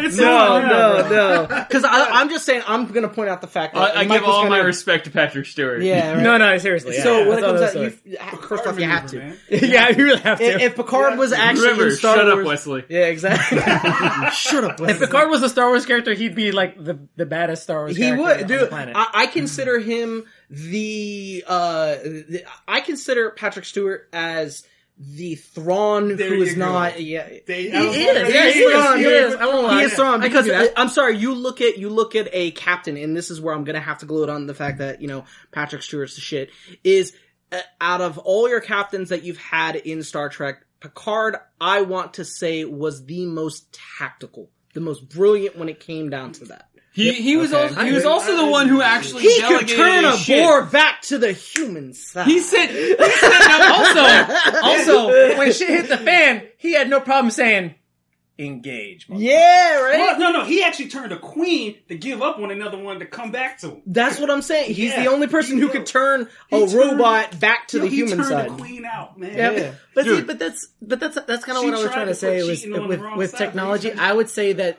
It's
no,
over.
no, no. Because I'm just saying, I'm going to point out the fact that
I, I
and
give
Michael's
all my
gonna-
respect to Patrick Stewart.
Yeah. Right.
No, no, seriously. yeah,
So
yeah,
when it
that's all
comes
that
out,
was
you, first off, you have to.
Man.
said. yeah, you really have to.
If, if Picard was actually
River,
in Star
shut
Wars,
up, Wesley.
yeah, exactly. shut up,
If Picard was a Star Wars character, he'd be like the, the baddest Star Wars.
He
character
would,
on
dude.
The planet.
I, I consider him the, uh, the. I consider Patrick Stewart as the Thrawn
There
who
you
is
go.
not. Yeah,
They,
He is.
Yeah,
Yes,
he
he
is.
is.
He is. I won't lie.
He is strong
I can
because
see
I
that.
I'm sorry. You look at you look at a captain, and this is where I'm gonna have to gloat on the fact that you know Patrick Stewart's the shit. Is uh, out of all your captains that you've had in Star Trek, Picard, I want to say was the most tactical, the most brilliant when it came down to that.
He he was
Okay.
also he was also the one who actually
He could
delegated
turn a
his shit.
boar back to the human side.
He said, he said also
also, when shit hit the fan, he had no problem saying engage. motherfucker."
yeah, right.
Well, no, no, he actually turned a queen to give up on another one to come back to him.
That's what I'm saying. He's
Yeah.
the only person
He
who
did.
could turn
He
a
turned-
robot back to
Yo,
the
he
human
turned
side.
the queen out, man.
But see,
Dude.
but that's but that's that's kind of
She
what I was
tried
trying to
to
say
put
was
cheating on the
with
wrong
with
side, but you
technology.
tried-
I would say that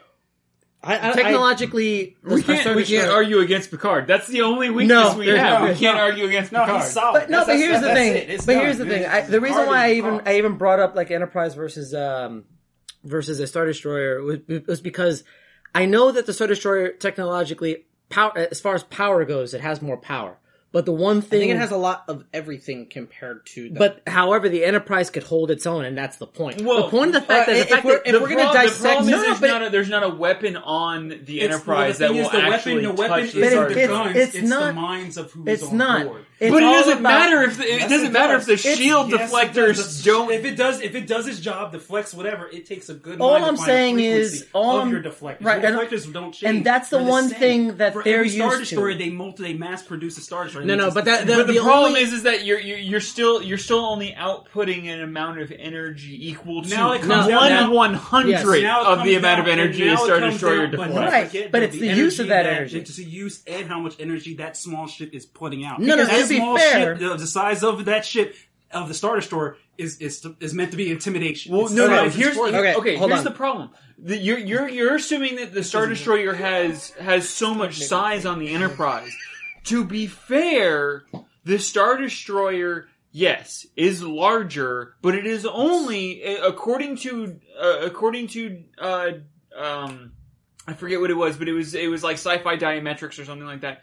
I, I, I-
technologically,
we can't, we can't argue against Picard. That's the only weakness
No,
we
there's
have.
no-
we can't argue against
No,
Picard.
he's solid.
But no, but
That's-
here's the
that's-
thing.
that's it. It's
But
done,
here's the
man.
thing. I, the reason
Picard
why I
is
even
Picard.
I even brought up like Enterprise versus um versus a Star Destroyer was, was because I know that the Star Destroyer technologically power as far as power goes, it has more power. But the one
I
thing
think it has a lot of everything compared to. The,
but however, the Enterprise could hold its own, and that's the point.
Well,
the point of the fact
uh,
that the
if
fact
we're-
that
if
The
we're gonna
prob- the
dissect-
problem is
no, no,
there's,
but-
not a, there's not a weapon on the
It's- well,
Enterprise
the
that
thing
will
is the weapon-
actually
the weapon
touch the
isn't
Star
the
it's-
Destroyer.
guns,
it's
it's,
not-
the minds of who's
it's
on
not.
board.
It's
But it
all
doesn't
about-
matter if the, it
Yes,
doesn't
it
matter if
does.
the
It's-
shield
yes, it
deflectors
does.
don't.
If it does, if it does its job, deflects whatever. It takes a good.
All
mind to
I'm
find
saying
the
is-
frequency
all
of
I'm-
your deflectors.
right,
Your
and-
deflectors don't change.
and that's the
They're
one
same.
thing that
For
they're
every Star
used to.
Destroyer, They multi, they mass produce a Star Destroyer.
no, no, but that, that
but the,
the
problem
only-
is, is that you're, you're you're still you're still only outputting an amount of energy equal to
Now it comes
one
down- now-
one hundredth
Now it
of the
comes
amount of
down,
energy
and
a
now it
Star
comes
Destroyer
down, but
deflects.
don't
Right,
forget,
but
though,
it's the use of that energy.
It's the use and how much energy that small ship is putting out.
No, no,
that
to be
small
fair-
ship, uh, the size of that ship of the Star Destroyer is is is meant to be intimidation.
Well,
It's
no,
size,
no.
it's
Here's
force.
okay.
Okay, hold
here's the
on.
problem. The, you're you're you're assuming that the Star Destroyer has has so much size on the Enterprise. To be fair, the Star Destroyer, yes, is larger, but it is only uh, according to uh, according to uh, um, I forget what it was, but it was it was like sci-fi diametrics or something like that.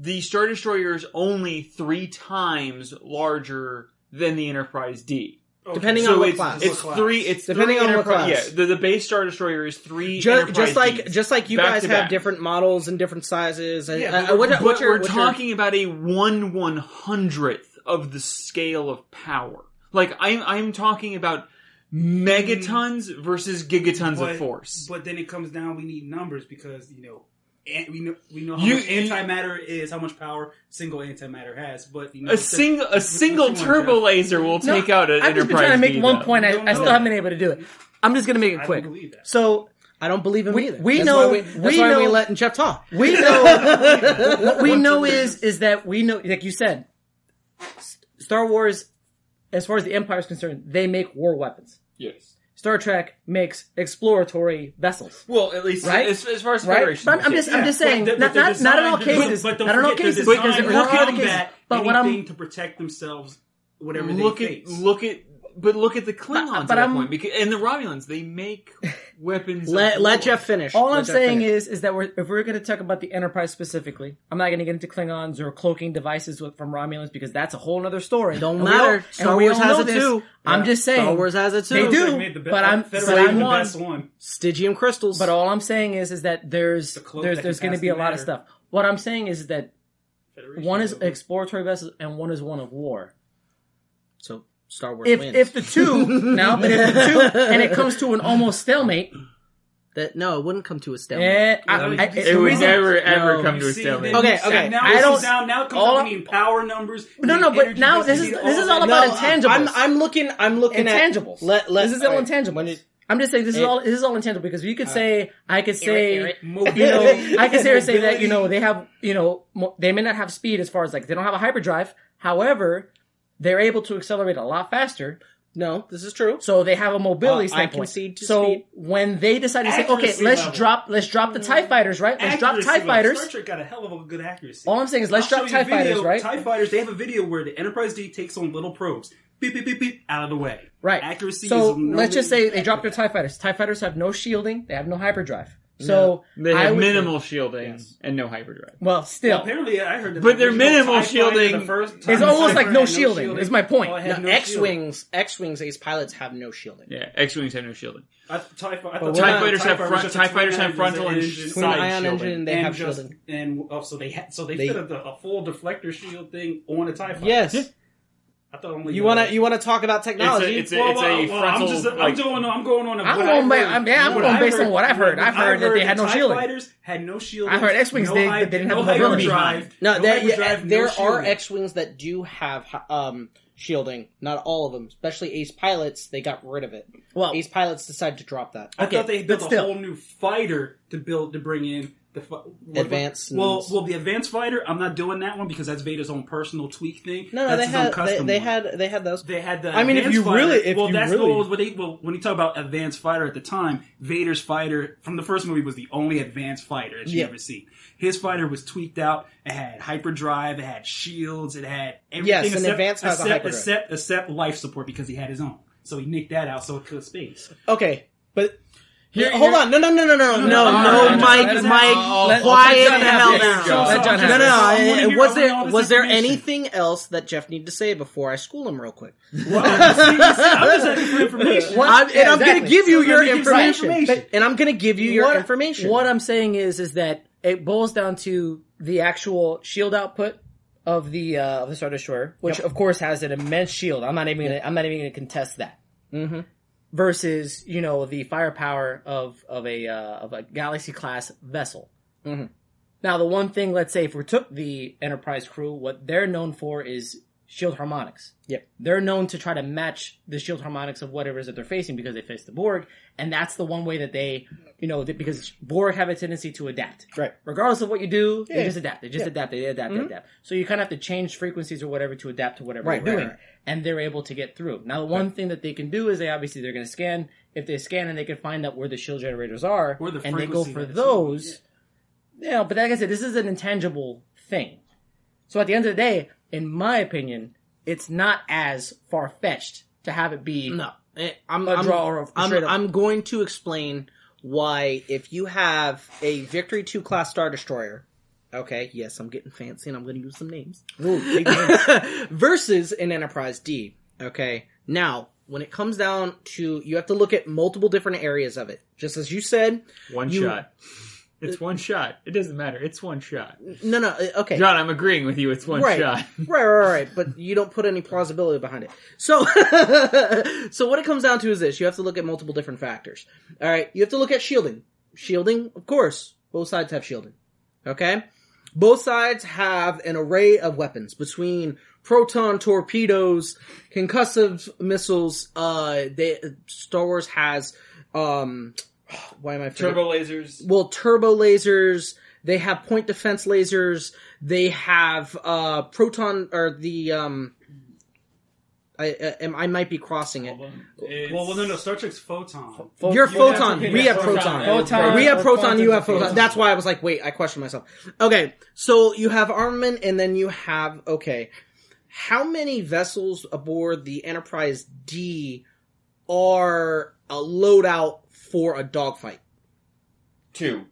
The Star Destroyer is only three times larger than the Enterprise D
depending
so
on what
it's,
class.
It's three. It's
Depending
three
on what
Enterprise-
class.
Yeah, the, the base star destroyer is three.
just,
Enterprise
just like
Ds.
just like you
Back
guys
to
have
back.
different models and different sizes. and- uh,
Yeah, but
uh, what-
But
what's your-
we're
what's your-
talking about a one one hundredth of the scale of power. Like I'm I'm talking about megatons
Mm.
versus gigatons
But-
of force.
But then it comes down. We need numbers because you know. an- we know we know how
You-
much
you-
antimatter is, how much power single antimatter has, but you know,
A single a single
Which one,
turbo
Jeff?
laser will
No,
take out an
I've
enterprise.
just been trying to make
D,
one
though.
point. I,
Don't
I
know.
still haven't been able to do it. I'm just gonna make it
I
quick.
don't believe that.
So
I don't believe him
We-
either.
we
that's
know-
Why we, that's
we
why we
know-
let Jeff talk.
we know what we know is is that we know, like you said, S- Star Wars. As far as the Empire is concerned, they make war weapons.
Yes.
Star Trek makes exploratory vessels.
Well, at least
Right?
as, as far as the
Right?
Federation.
But I'm just, I'm just saying,
But the-
not,
but the
not, not in all
design- but-
cases,
But
not
don't
in all
forget the
cases,
design
because there
will
are other cases.
combat
But what I'm
anything to protect themselves, whatever
look
they
at
face.
look at but look at the Klingons
But-
at
but
that
I'm-
point because and the Romulans they make weapons. of
Let,
war.
let Jeff finish.
All
Let
I'm
Jeff
saying
finish.
is, is that we're, if we're going to talk about the Enterprise specifically, I'm not going to get into Klingons or cloaking devices with, from Romulans because that's a whole other story.
Don't
And we
matter.
all-
Star
and we
Wars
all
has
know
it
this.
too.
I'm
Yeah.
just saying.
Star Wars has it too.
They do,
made the be-
but I'm, but
Federation
I'm
the
one.
best one.
Stygium crystals.
But all I'm saying is, is that there's
cloak
there's
that
there's
can
going to
pass
be a
through
lot of
matter.
stuff. What I'm saying is that
Federation
one is
though.
exploratory vessels and one is one of war.
so Star Wars
If
wins.
if the two now, but if the two and it comes to an almost stalemate,
that, no, it wouldn't come to a stalemate.
eh, I, I,
It
the
would
reason-
never, ever come to
You
a
see,
stalemate.
then
Okay,
you see-
okay,
Now
I
this
don't-
is down. Now it comes
all
down
I'm-
to the power numbers.
No,
the
no, but
energy
now this is
density, all
this is
that.
all about intangible.
I'm, I'm looking. I'm looking
Intangibles.
at Let, let,
this is all
alright.
intangible.
When it-
I'm just saying this is
It- Uh,
all this is all intangible because you could say I could say
Eric,
you know I could say or say that you know they have you know mo- they may not have speed as far as like they don't have a hyperdrive. However, they're able to accelerate a lot faster,
no, this is true.
so they have a mobility
Uh, I
standpoint.
concede to
so
speed.
when they decide to say, okay,
Accuracy
let's
level.
drop let's drop the Tie Fighters, right? Let's
Accuracy
drop Tie
level.
Fighters.
Star Trek got a hell of a good accuracy.
All I'm saying is let's
I'll
drop
show you
TIE
a
Fighters,
video.
right?
TIE Fighters, they have a video where the Enterprise D takes on little probes. Beep, beep, beep, beep, out of the way.
Right.
Accuracy
So
is no
let's just
mean-
say they dropped their TIE fighters. TIE fighters have no shielding, they have no hyperdrive. So
They
I
have
would-
minimal shielding and no hyperdrive.
Well, still.
Apparently, I heard that
But
the
their
original
minimal
TIE fighter,
shielding-
the first
It's
TIE fighter
almost like no
had no
shielding, is my point.
All had
No,
no
X
shielding.
wings. X wings. Ace pilots have no shielding.
Yeah, X-wings have no shielding.
I th- TIE, I thought
we're
TIE
not-
fighters
TIE
have
fighters
front.
just
TIE
have
fighters have
twin
frontal and
engines,
sh-
twin
side
ion
shielding.
engine and they
and
have
just,
shielding.
And oh, so they had so they,
They-
fit a, the- a full deflector shield thing on a Tie Fighter.
Yes.
I thought only
You wanna you wanna talk about
It's
technology?
a, it's a,
Well,
it's
well,
a
well,
frontal.
I'm just
like,
I'm going on I'm going on. a-
I'm
what
going
I've
by-
heard.
I'm- yeah, I'm
What
going
I've
based on what I've heard. I've heard that they
the
had no
TIE
shielding.
Fighters had no shielding.
I heard X-Wings,
no
they-
hy-
they didn't
no
have the mobility.
hyperdrive,
no,
no
there, yeah,
hyperdrive, no
there are
shielding.
X wings that do have um shielding. Not all of them, especially Ace pilots. They got rid of it.
Well-
Ace pilots decided to drop that.
I
Oh. Okay,
thought they
but
built
still.
a whole new fighter to build to bring in the fu- what-
Advanced and-
Well, well, the advanced fighter. I'm not doing that one because that's Vader's own personal tweak thing.
No, no,
that's
they
his
had
own
they,
custom
they
one.
had they had those.
They had the.
I mean, if
advanced
you
fighter.
really- if
well,
you
that's
really-
what when they well, when you talk about advanced fighter at the time, Vader's fighter from the first movie was the only advanced fighter that you
Yeah.
ever see. His fighter was tweaked out. It had hyperdrive. It had shields. It had everything
Yes, an
except,
advanced has a
except,
hyperdrive.
except except life support because he had his own. So he nicked that out so it could space.
Okay, but
Here-
hold
here-
on, no, no, no, no, no, no,
no,
no,
no,
Mike,
no,
Mike,
no, no, no.
quiet
Let
the
John
hell
have it.
down.
Let
John
No,
have
no,
it.
I-
I wanna hear- I
was
wanna know
there
all this
was there
information.
anything else that Jeff needed to say before I school him real quick?
Well, I'm just saying- I'm just asking for information.
I'm, and
yeah,
I'm going to
exactly.
give you
So
your
let me give you some
information.
information.
But- and I'm going to give you your
what,
information.
What I'm saying is, is that it boils down to the actual shield output of the uh, of the Star Destroyer, which of course has an immense shield. I'm not even gonna, I'm not even going to contest that. Mm-hmm. Versus, you know, the firepower of of a uh, of a galaxy class vessel. Now, the one thing, let's say, if we took the Enterprise crew, what they're known for is shield harmonics.
Yep.
They're known to try to match the shield harmonics of whatever it is that they're facing because they face the Borg, and that's the one way that they, you know, that- because Borg have a tendency to adapt.
Right.
Regardless of what you do,
Yeah. Mm-hmm.
they just adapt. They just adapt. They adapt. They adapt. So you kind of have to change frequencies or whatever to adapt to whatever
Right,
you're
right,
doing,
right.
and they're able to get through. Now, the one thing that they can do is they obviously they're going to scan. If they scan and they can find out where the shield generators are,
Or the
and they go
frequency
for
that it's
those. Yeah, but like I said, this is an intangible thing. So at the end of the day, in my opinion, it's not as far fetched to have it be.
no, Eh, I'm,
A
I'm,
draw or a
I'm,
straight up.
I'm going to explain why if you have a Victory 2 class Star Destroyer, okay, yes, I'm getting fancy and I'm going to use some names, versus an Enterprise D, okay? Now, when it comes down to, you have to look at multiple different areas of it. Just as you said,
one
You-
shot. It's one shot. It doesn't matter. It's one shot.
no, no, eh, okay.
John, I'm agreeing with you. It's one
right.
shot.
right, right, right. But you don't put any plausibility behind it. So, so what it comes down to is this: you have to look at multiple different factors. All right, you have to look at shielding. Shielding, of course, both sides have shielding. Okay, both sides have an array of weapons between proton torpedoes, concussive missiles. Uh, they Star Wars has um, why am I forgetting?
lasers.
well turbo lasers they have point defense lasers they have uh proton or the um I, I am- I might be crossing it.
Well, well, no, no. Star Trek's photon.
You're
You have
photon.
to-
We
yeah,
have photon.
Photon.
We have
Photon.
proton. You have photon. That's why I was like, wait, I questioned myself. Okay, so you have armament, and then you have okay. How many vessels aboard the Enterprise D are a loadout for a dogfight?
Two.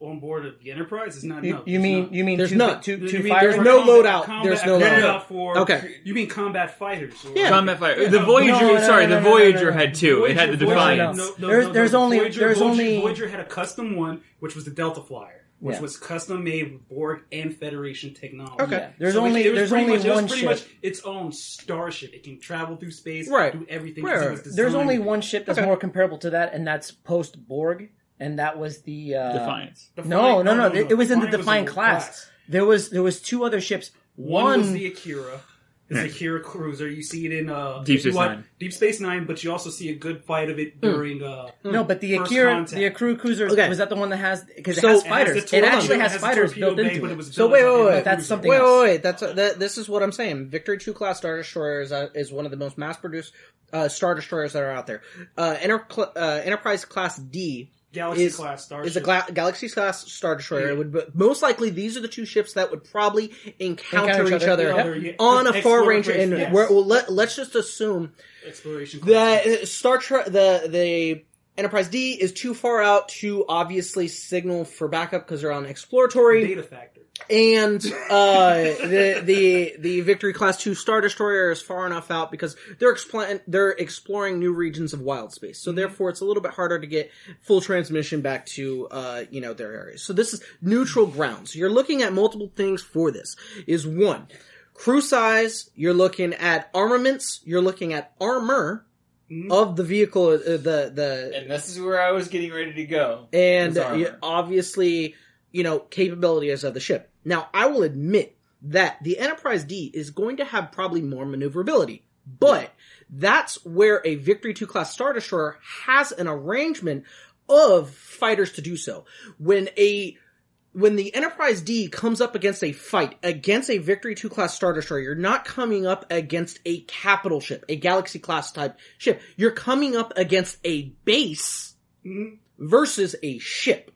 On board of the Enterprise is not.
You,
no,
you
it's
mean
not.
you mean
There's
two,
none.
two,
You
two
mean
fighters?
for
no
combat-
load-out.
combat-
There's no
combat
load-out.
for-
Okay.
You mean combat fighters? or-
Yeah.
Combat fire.
Yeah,
the
no,
Voyager.
no, no,
sorry,
no,
the
no, no,
Voyager
no, no.
had two. it had the
Voyager-
Defiance.
no, no,
There's-
no,
there's
no.
only-
Voyager,
there's
Voyager,
only-
Voyager had a custom one, which was the Delta Flyer, which
Yeah.
was custom made with Borg and Federation technology.
Okay.
Yeah. There's
So it-
only
it was
there's
pretty
only
much, it was
one
pretty
ship.
much its own starship. It can travel through space,
Right.
do everything. 'cause it was
Right.
designed-
There's only one ship that's
Okay.
more comparable to that, and that's post Borg, and that was the uh,
Defiance.
The
No,
Flyer-
no, no, It, it was in the
Flyer
Defiant
a
class. There was there was two other ships.
One,
One,
was the Akira. It's Akira cruiser. You see it in
Deep
uh, if you
Space
watch-
Nine.
Deep Space Nine, but you also see a good fight of it
Hmm.
during. Uh,
no, but the
First
Akira,
Contact.
the Akira cruiser
Okay.
was that the one that has because
So-
it has
It has
fighters.
the
It,
torpedo-
actually has
it has a
fighters
torpedo
built
bay,
into
but it
it.
was
So
built
wait,
as a
wait, wait.
cruiser.
That's something
Wait,
else.
wait, wait. That's that, this is what I'm saying. Victory two class star destroyers uh, is one of the most mass produced uh, star destroyers that are out there. Uh, Enter- uh, Enterprise class D
Galaxy
is-
class starship.
is a gla- Galaxy class star destroyer. It would but most likely these are the two ships that would probably encounter,
Encounter
each other,
other, yeah.
on a far
Exploration,
range. And
yes.
we're, well, let, let's just assume
exploration.
that uh, Star Trek the the Enterprise D is too far out to obviously signal for backup because they're on exploratory
data factor.
and uh, the the the Victory Class Two Star Destroyer is far enough out because they're exploring they're exploring new regions of wild space. So therefore, it's a little bit harder to get full transmission back to uh, you know their areas. So this is neutral ground. So you're looking at multiple things for this. Is one crew size? You're looking at armaments. You're looking at armor.
Hmm, Mm-hmm.
Of the vehicle, uh, the the
And this is where I was getting ready to go.
and
It's armor.
yeah, obviously, you know, capabilities of the ship. Now, I will admit that the Enterprise D is going to have probably more maneuverability, but that's where a Victory 2 class Star Destroyer has an arrangement of fighters to do so. When a when the Enterprise D comes up against a fight against a Victory 2 class Star Destroyer, you're not coming up against a capital ship, a Galaxy class type ship. You're coming up against a base versus a ship.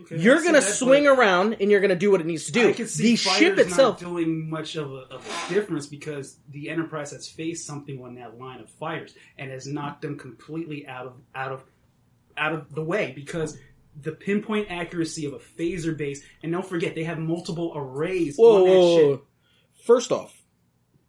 Okay, I
You're
see
gonna
that,
swing
but
around and you're gonna do what it needs to do.
I can see
the
fighters
ship itself,
not doing much of a, of a difference because the Enterprise has faced something on that line of fighters and has knocked them completely out of out of out of the way because the pinpoint accuracy of a phaser base and don't forget they have multiple arrays
whoa,
on that
whoa,
ship.
whoa. First off,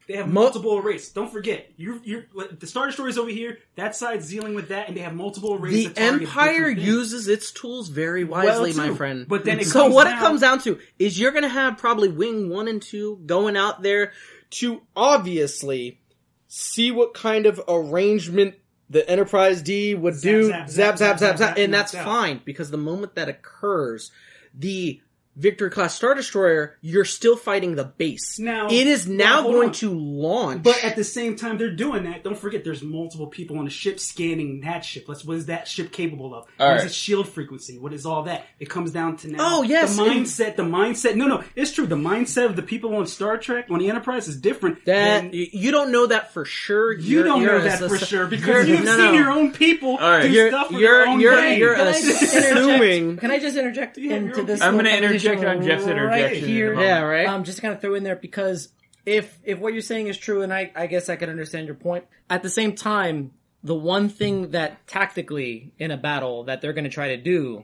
They have
Mu-
multiple arrays. Don't forget, you you the Star Destroyer's over here. That side's dealing with that, and they have multiple arrays.
the
that target
Empire
different things.
uses its tools very wisely,
Well,
my
too.
friend.
But then it
so
comes
what
down-
it comes down to is you're gonna have probably wing one and two going out there to obviously see what kind of arrangement the Enterprise D would do. Zap,
zap, zap,
zap, zap,
zap, zap,
zap, and
knocked
that's
out.
fine because the moment that occurs, the Victory class Star Destroyer, you're still fighting the base.
Now-
it is now
well, hold
going
on.
to launch.
But at the same time, they're doing that. Don't forget, there's multiple people on the ship scanning that ship. Let's what is that ship capable of?
All
what is
right.
its shield frequency? What is all that? It comes down to now.
Oh, yes,
the
and-
mindset. the mindset. No, no, it's true. The mindset of the people on Star Trek on the Enterprise is different.
that
than-
y- you don't know that for sure.
you
You're-
don't
you're
know
a-
that for
a-
sure because
you're-
you've
no,
seen
no.
your own
All
people
right.
do
You're
stuff with
you're
their own
you're,
brain.
you're
Can I just
assuming.
Can I just interject into
you're-
this?
I'm
going
gonna
to
interject on Jeff's interjection in a
here.
moment. Yeah,
right.
I'm Um, just going to throw in there because if if what you're saying is true, and I I guess I can understand your point. At the same time, the one thing that tactically in a battle that they're going to try to do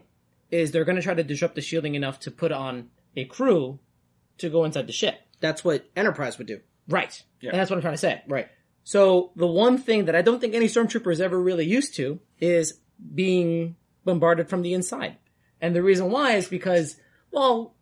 is they're going to try to disrupt the shielding enough to put on a crew to go inside the ship.
That's what Enterprise would do.
Right. And that's what I'm trying to say.
Right.
So the one thing that I don't think any stormtrooper is ever really used to is being bombarded from the inside. And the reason why is because, well,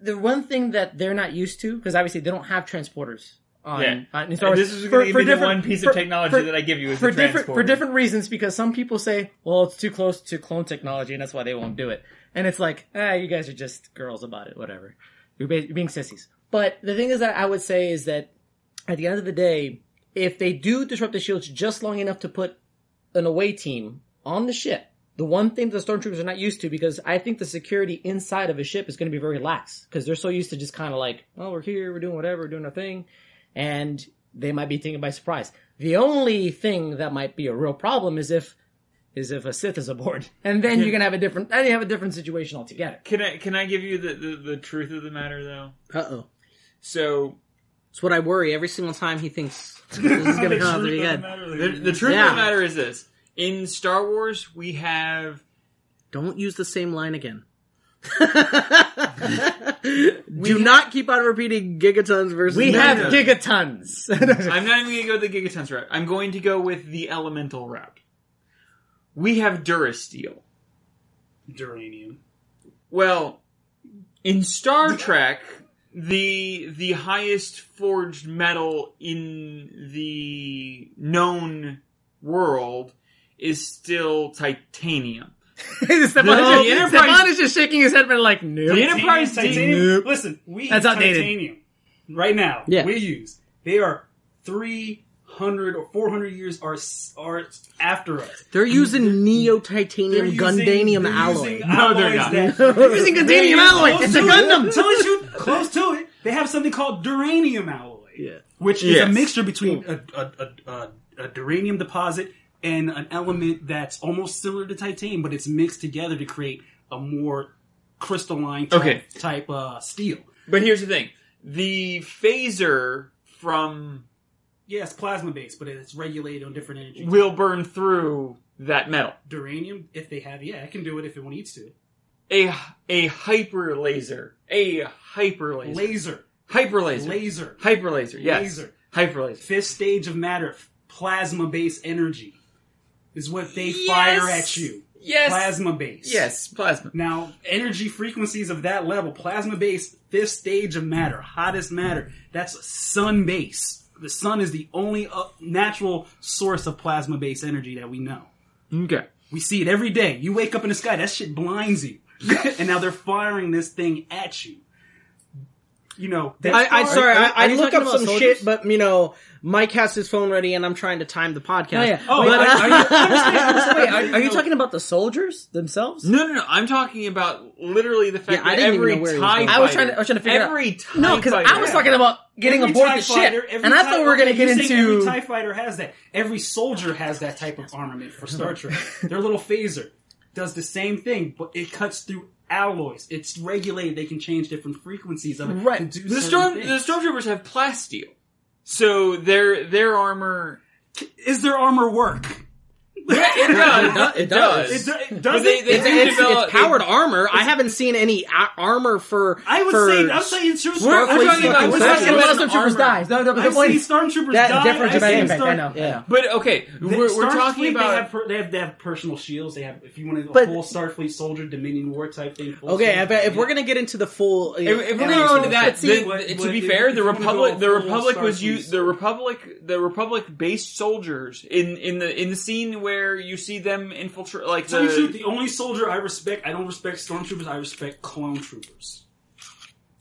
the one thing that they're not used to, because obviously they don't have transporters on,
Yeah.
on in Star
And
Wars.
this is going to be the
different-
one piece
for-
of technology
for-
that I give you is
for
the
different for
transporter.
different reasons because some people say, well, it's too close to clone technology and that's why they won't do it. And it's like, ah, you guys are just girls about it, whatever. You're, ba- you're being sissies. But the thing is that I would say is that at the end of the day, if they do disrupt the shields just long enough to put an away team on the ship, the one thing the stormtroopers are not used to because I think the security inside of a ship is going to be very lax because they're so used to just kind of like, well, we're here, we're doing whatever, we're doing our thing. And
they might be taken by surprise. The only thing that might be a real problem is if is if a Sith is aboard, and then you're gonna have a different then you have a different situation altogether.
Can I can I give you the, the, the truth of the matter though?
Uh oh.
So
It's what I worry every single time he thinks this is going to come out pretty good.
the, the truth
Yeah.
of the matter is this: in Star Wars, we have
Don't use the same line again. Do not keep on repeating gigatons versus.
We
megatons.
have gigatons.
I'm not even going to go the gigatons route. I'm going to go with the elemental route. We have Durasteel.
Duranium.
Well, in Star Trek, the the highest forged metal in the known world is still titanium.
Stefan
the
is-
Enterprise-
Stefan is just shaking his head, but like, no.
The Enterprise D-
titanium. Listen, we
That's
use
outdated.
titanium right now.
Yeah.
we use. They are three hundred or four hundred years are s- are after us.
They're using neo titanium
using-
gundanium
they're
alloy.
using
No, they're
alloys
not.
that-
They're using
They're
gundanium alloy.
close
It's a
to
Gundam.
It, close, to, close to it. They have something called duranium alloy, which is
Yes.
a mixture between a, a, a, a, a duranium deposit and an element that's almost similar to titanium, but it's mixed together to create a more crystalline type,
Okay.
type uh, steel.
But here's the thing: the phaser from
Yes, plasma based, but it's regulated on different energy.
will burn through that metal.
Duranium, if they have, yeah, it can do it if it needs to.
A a hyper laser, a hyper laser,
Laser,
hyper laser,
laser,
hyper laser. Yes,
laser.
hyper laser.
Fifth stage of matter, plasma based energy is what they fire at you.
Yes,
Plasma based.
yes, plasma.
Now, energy frequencies of that level, plasma based, fifth stage of matter, hottest matter, that's sun base. The sun is the only uh, natural source of plasma based energy that we know.
Okay.
We see it every day. You wake up in the sky, that shit blinds you. and now they're firing this thing at you. You know, that
I, I
far-
sorry, I, I Are you look talking up about some soldiers? shit, but you know, Mike has his phone ready, and I'm trying to time the podcast.
Oh, yeah.
Oh,
But,
I-
uh,
are you-
Wait, are, are you talking about the soldiers themselves?
No, no, no. I'm talking about literally the fact
Yeah, I
that
didn't even
every
know where he was
tie
going.
fighter,
I was trying to- I was trying to figure out-
every TIE
No, because I
fighter-
was talking about getting
Every
aboard
TIE
the
fighter,
ship,
every
and I
TIE
thought we were going to
fighter-
get
you think Every
into.
TIE fighter has that. Every soldier has that type of armament for Star Trek. Their little phaser does the same thing, but it cuts through alloys. It's regulated. They can change different frequencies of it.
Right.
To do
the
certain
storm
things.
the stormtroopers have plasteel, so their their armor.
Is their armor work?
It does.
it does.
It, do- it
But
does
they,
it?
they
It's,
do
it's,
develop,
it's powered armor. I haven't seen any a- armor for.
I would
for
say I'm saying true
We're-
I'm
we're
talking about-
talking
I'm
about-
talking
Well,
about-
that's what troopers dies.
No, no, but
I've seen stormtroopers die.
different
I've
Japan
seen
impact,
Star-
I know. Yeah.
But okay,
They-
we're, we're
Starfleet,
talking
They
about
have, per- they have they have personal shields. They have if you want a
But-
full Starfleet soldier Dominion War type thing. full
Okay,
soldier.
I bet if we're
Yeah.
gonna get into the full,
If, if we're going to go into that,
see,
then-
what-
to
what-
be
if-
fair,
if
the
you wanna
republic,
go
the
full
republic was
Starfleet
used. The
soldier.
republic, the republic-based soldiers in in the in the scene where you see them infiltrate, like
Tell you the truth,
the,
the only soldier I respect, I don't respect stormtroopers. I respect clone troopers.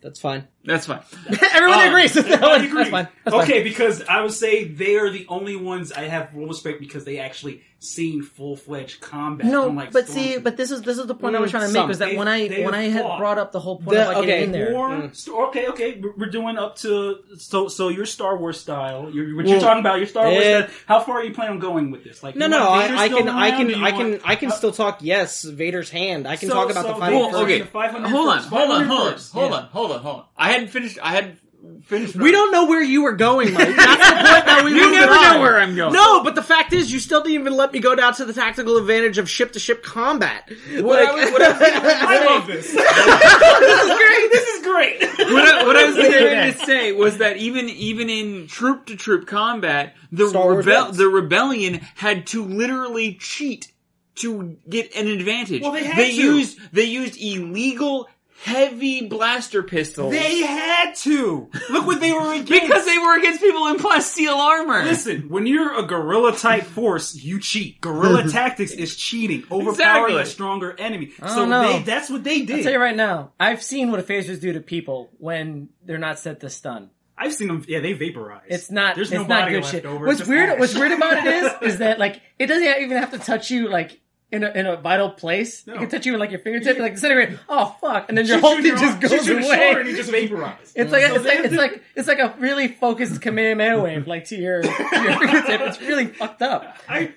that's fine.
that's fine.
Oh, Everyone agrees. That
I
one-
agree.
That's fine. That's fine.
okay, because I would say they are the only ones I have real respect because they actually seen full fledged combat.
No,
unlike
but see,
stormtroopers.
but this is this is the point I was trying to make
some.
was that
They-
when I
they
when I had
fought.
brought up the whole point
The-
of like
okay,
getting in there.
War,
Mm.
sto- okay, okay, we're- we're doing up to so so your Star Wars style. You're, what
Well,
you're talking about, your Star Wars.
eh.
Style, how far are you planning on going with this? Like,
No,
you
no,
want Vader
I, I
still
can, I
around? Do
can,
you
I can,
want- Uh,
I can still talk. Yes, Vader's hand. I can
So-
talk about
so
the
Vader's
fighting.
Well,
first,
okay,
the 500
hold on,
first,
hold on,
500
hold on,
first,
hold
yeah.
on, hold on, hold on. I hadn't finished. I hadn't finished.
We don't know where you were going, Mike. That's the point that we
You
moved
never
it on.
know where I'm going.
No, but the fact is, you still didn't even let me go down to the tactical advantage of ship to ship combat.
What, I
Like-
was, what, I was,
I love this.
this is great. This is
Great.
what, I, what I was going to say was that even even in troop to troop combat, the
Star Wars
rebel
wins.
the rebellion had to literally cheat to get an advantage.
Well, they had to.
used they used illegal heavy blaster pistols
They had to look what they were against.
because they were against people in plasteel armor.
Listen, when you're a guerrilla type force, you cheat. Guerrilla tactics is cheating, overpowering
Exactly.
a stronger enemy.
don't
So
know.
they, that's what they
I'll tell you
did.
right now, I've seen what phasers do to people when they're not set to stun.
I've seen them. Yeah, they vaporize.
It's not.
There's
it's
no
not
body
good
left
shit.
over.
what's
just
weird?
ash.
What's weird about it is, is that like it doesn't even have to touch you like in a, in a vital place. It
No.
can touch you in like your fingertip, like disintegrate. Oh fuck! And then your
Shoots
whole
you in
thing
your
just
arm- shoots
goes
you in the shoulder
away.
and you just vaporize.
It's like, it's,
they
like
have
it's
to-
like it's like a really focused Kamehameha wave, like to your, to your fingertip. It's really fucked up.
I,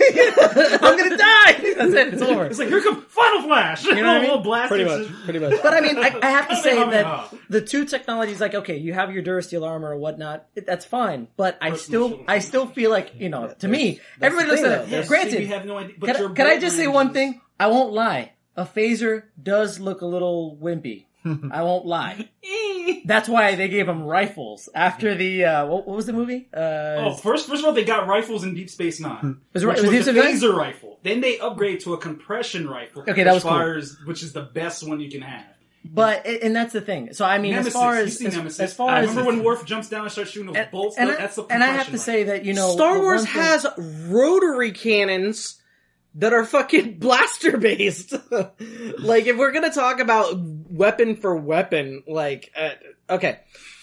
I'm gonna die. That's it. It's over.
it's like here comes Final Flash. You
know what I mean?
All blasted.
Pretty much. Pretty much.
But I mean, I, I have to say
Kamehameha.
that the two technologies, like okay, you have your Durasteel armor or whatnot, it- that's fine. But I still, I still feel like you know, to me, everybody looks
thing,
at
though.
it.
There's-
See,
Granted,
we have no idea. But
can,
your
I- can I
brain
just say
is-
one thing? I won't lie. A phaser does look a little wimpy. I won't lie. That's why they gave him rifles after the uh, what, what was the movie? Uh,
Oh, first, first of all, they got rifles in Deep Space Nine.
was Hmm. it,
Which
was
was,
it
a
Savannah?
laser rifle. Then they upgrade to a compression rifle.
Okay,
which
that was cool.
fires, which is the best one you can have.
But and that's the thing. So I mean,
Nemesis.
as far
you
as
see
as,
Nemesis.
as far
I
as
remember when Worf jumps down and starts shooting those
and,
bolts.
and
though?
I,
that's the
and I have
compression
to say that you know
Star
the
Wars
one thing-
has rotary cannons that are fucking blaster based. like, if we're gonna talk about weapon for weapon, like, uh, okay.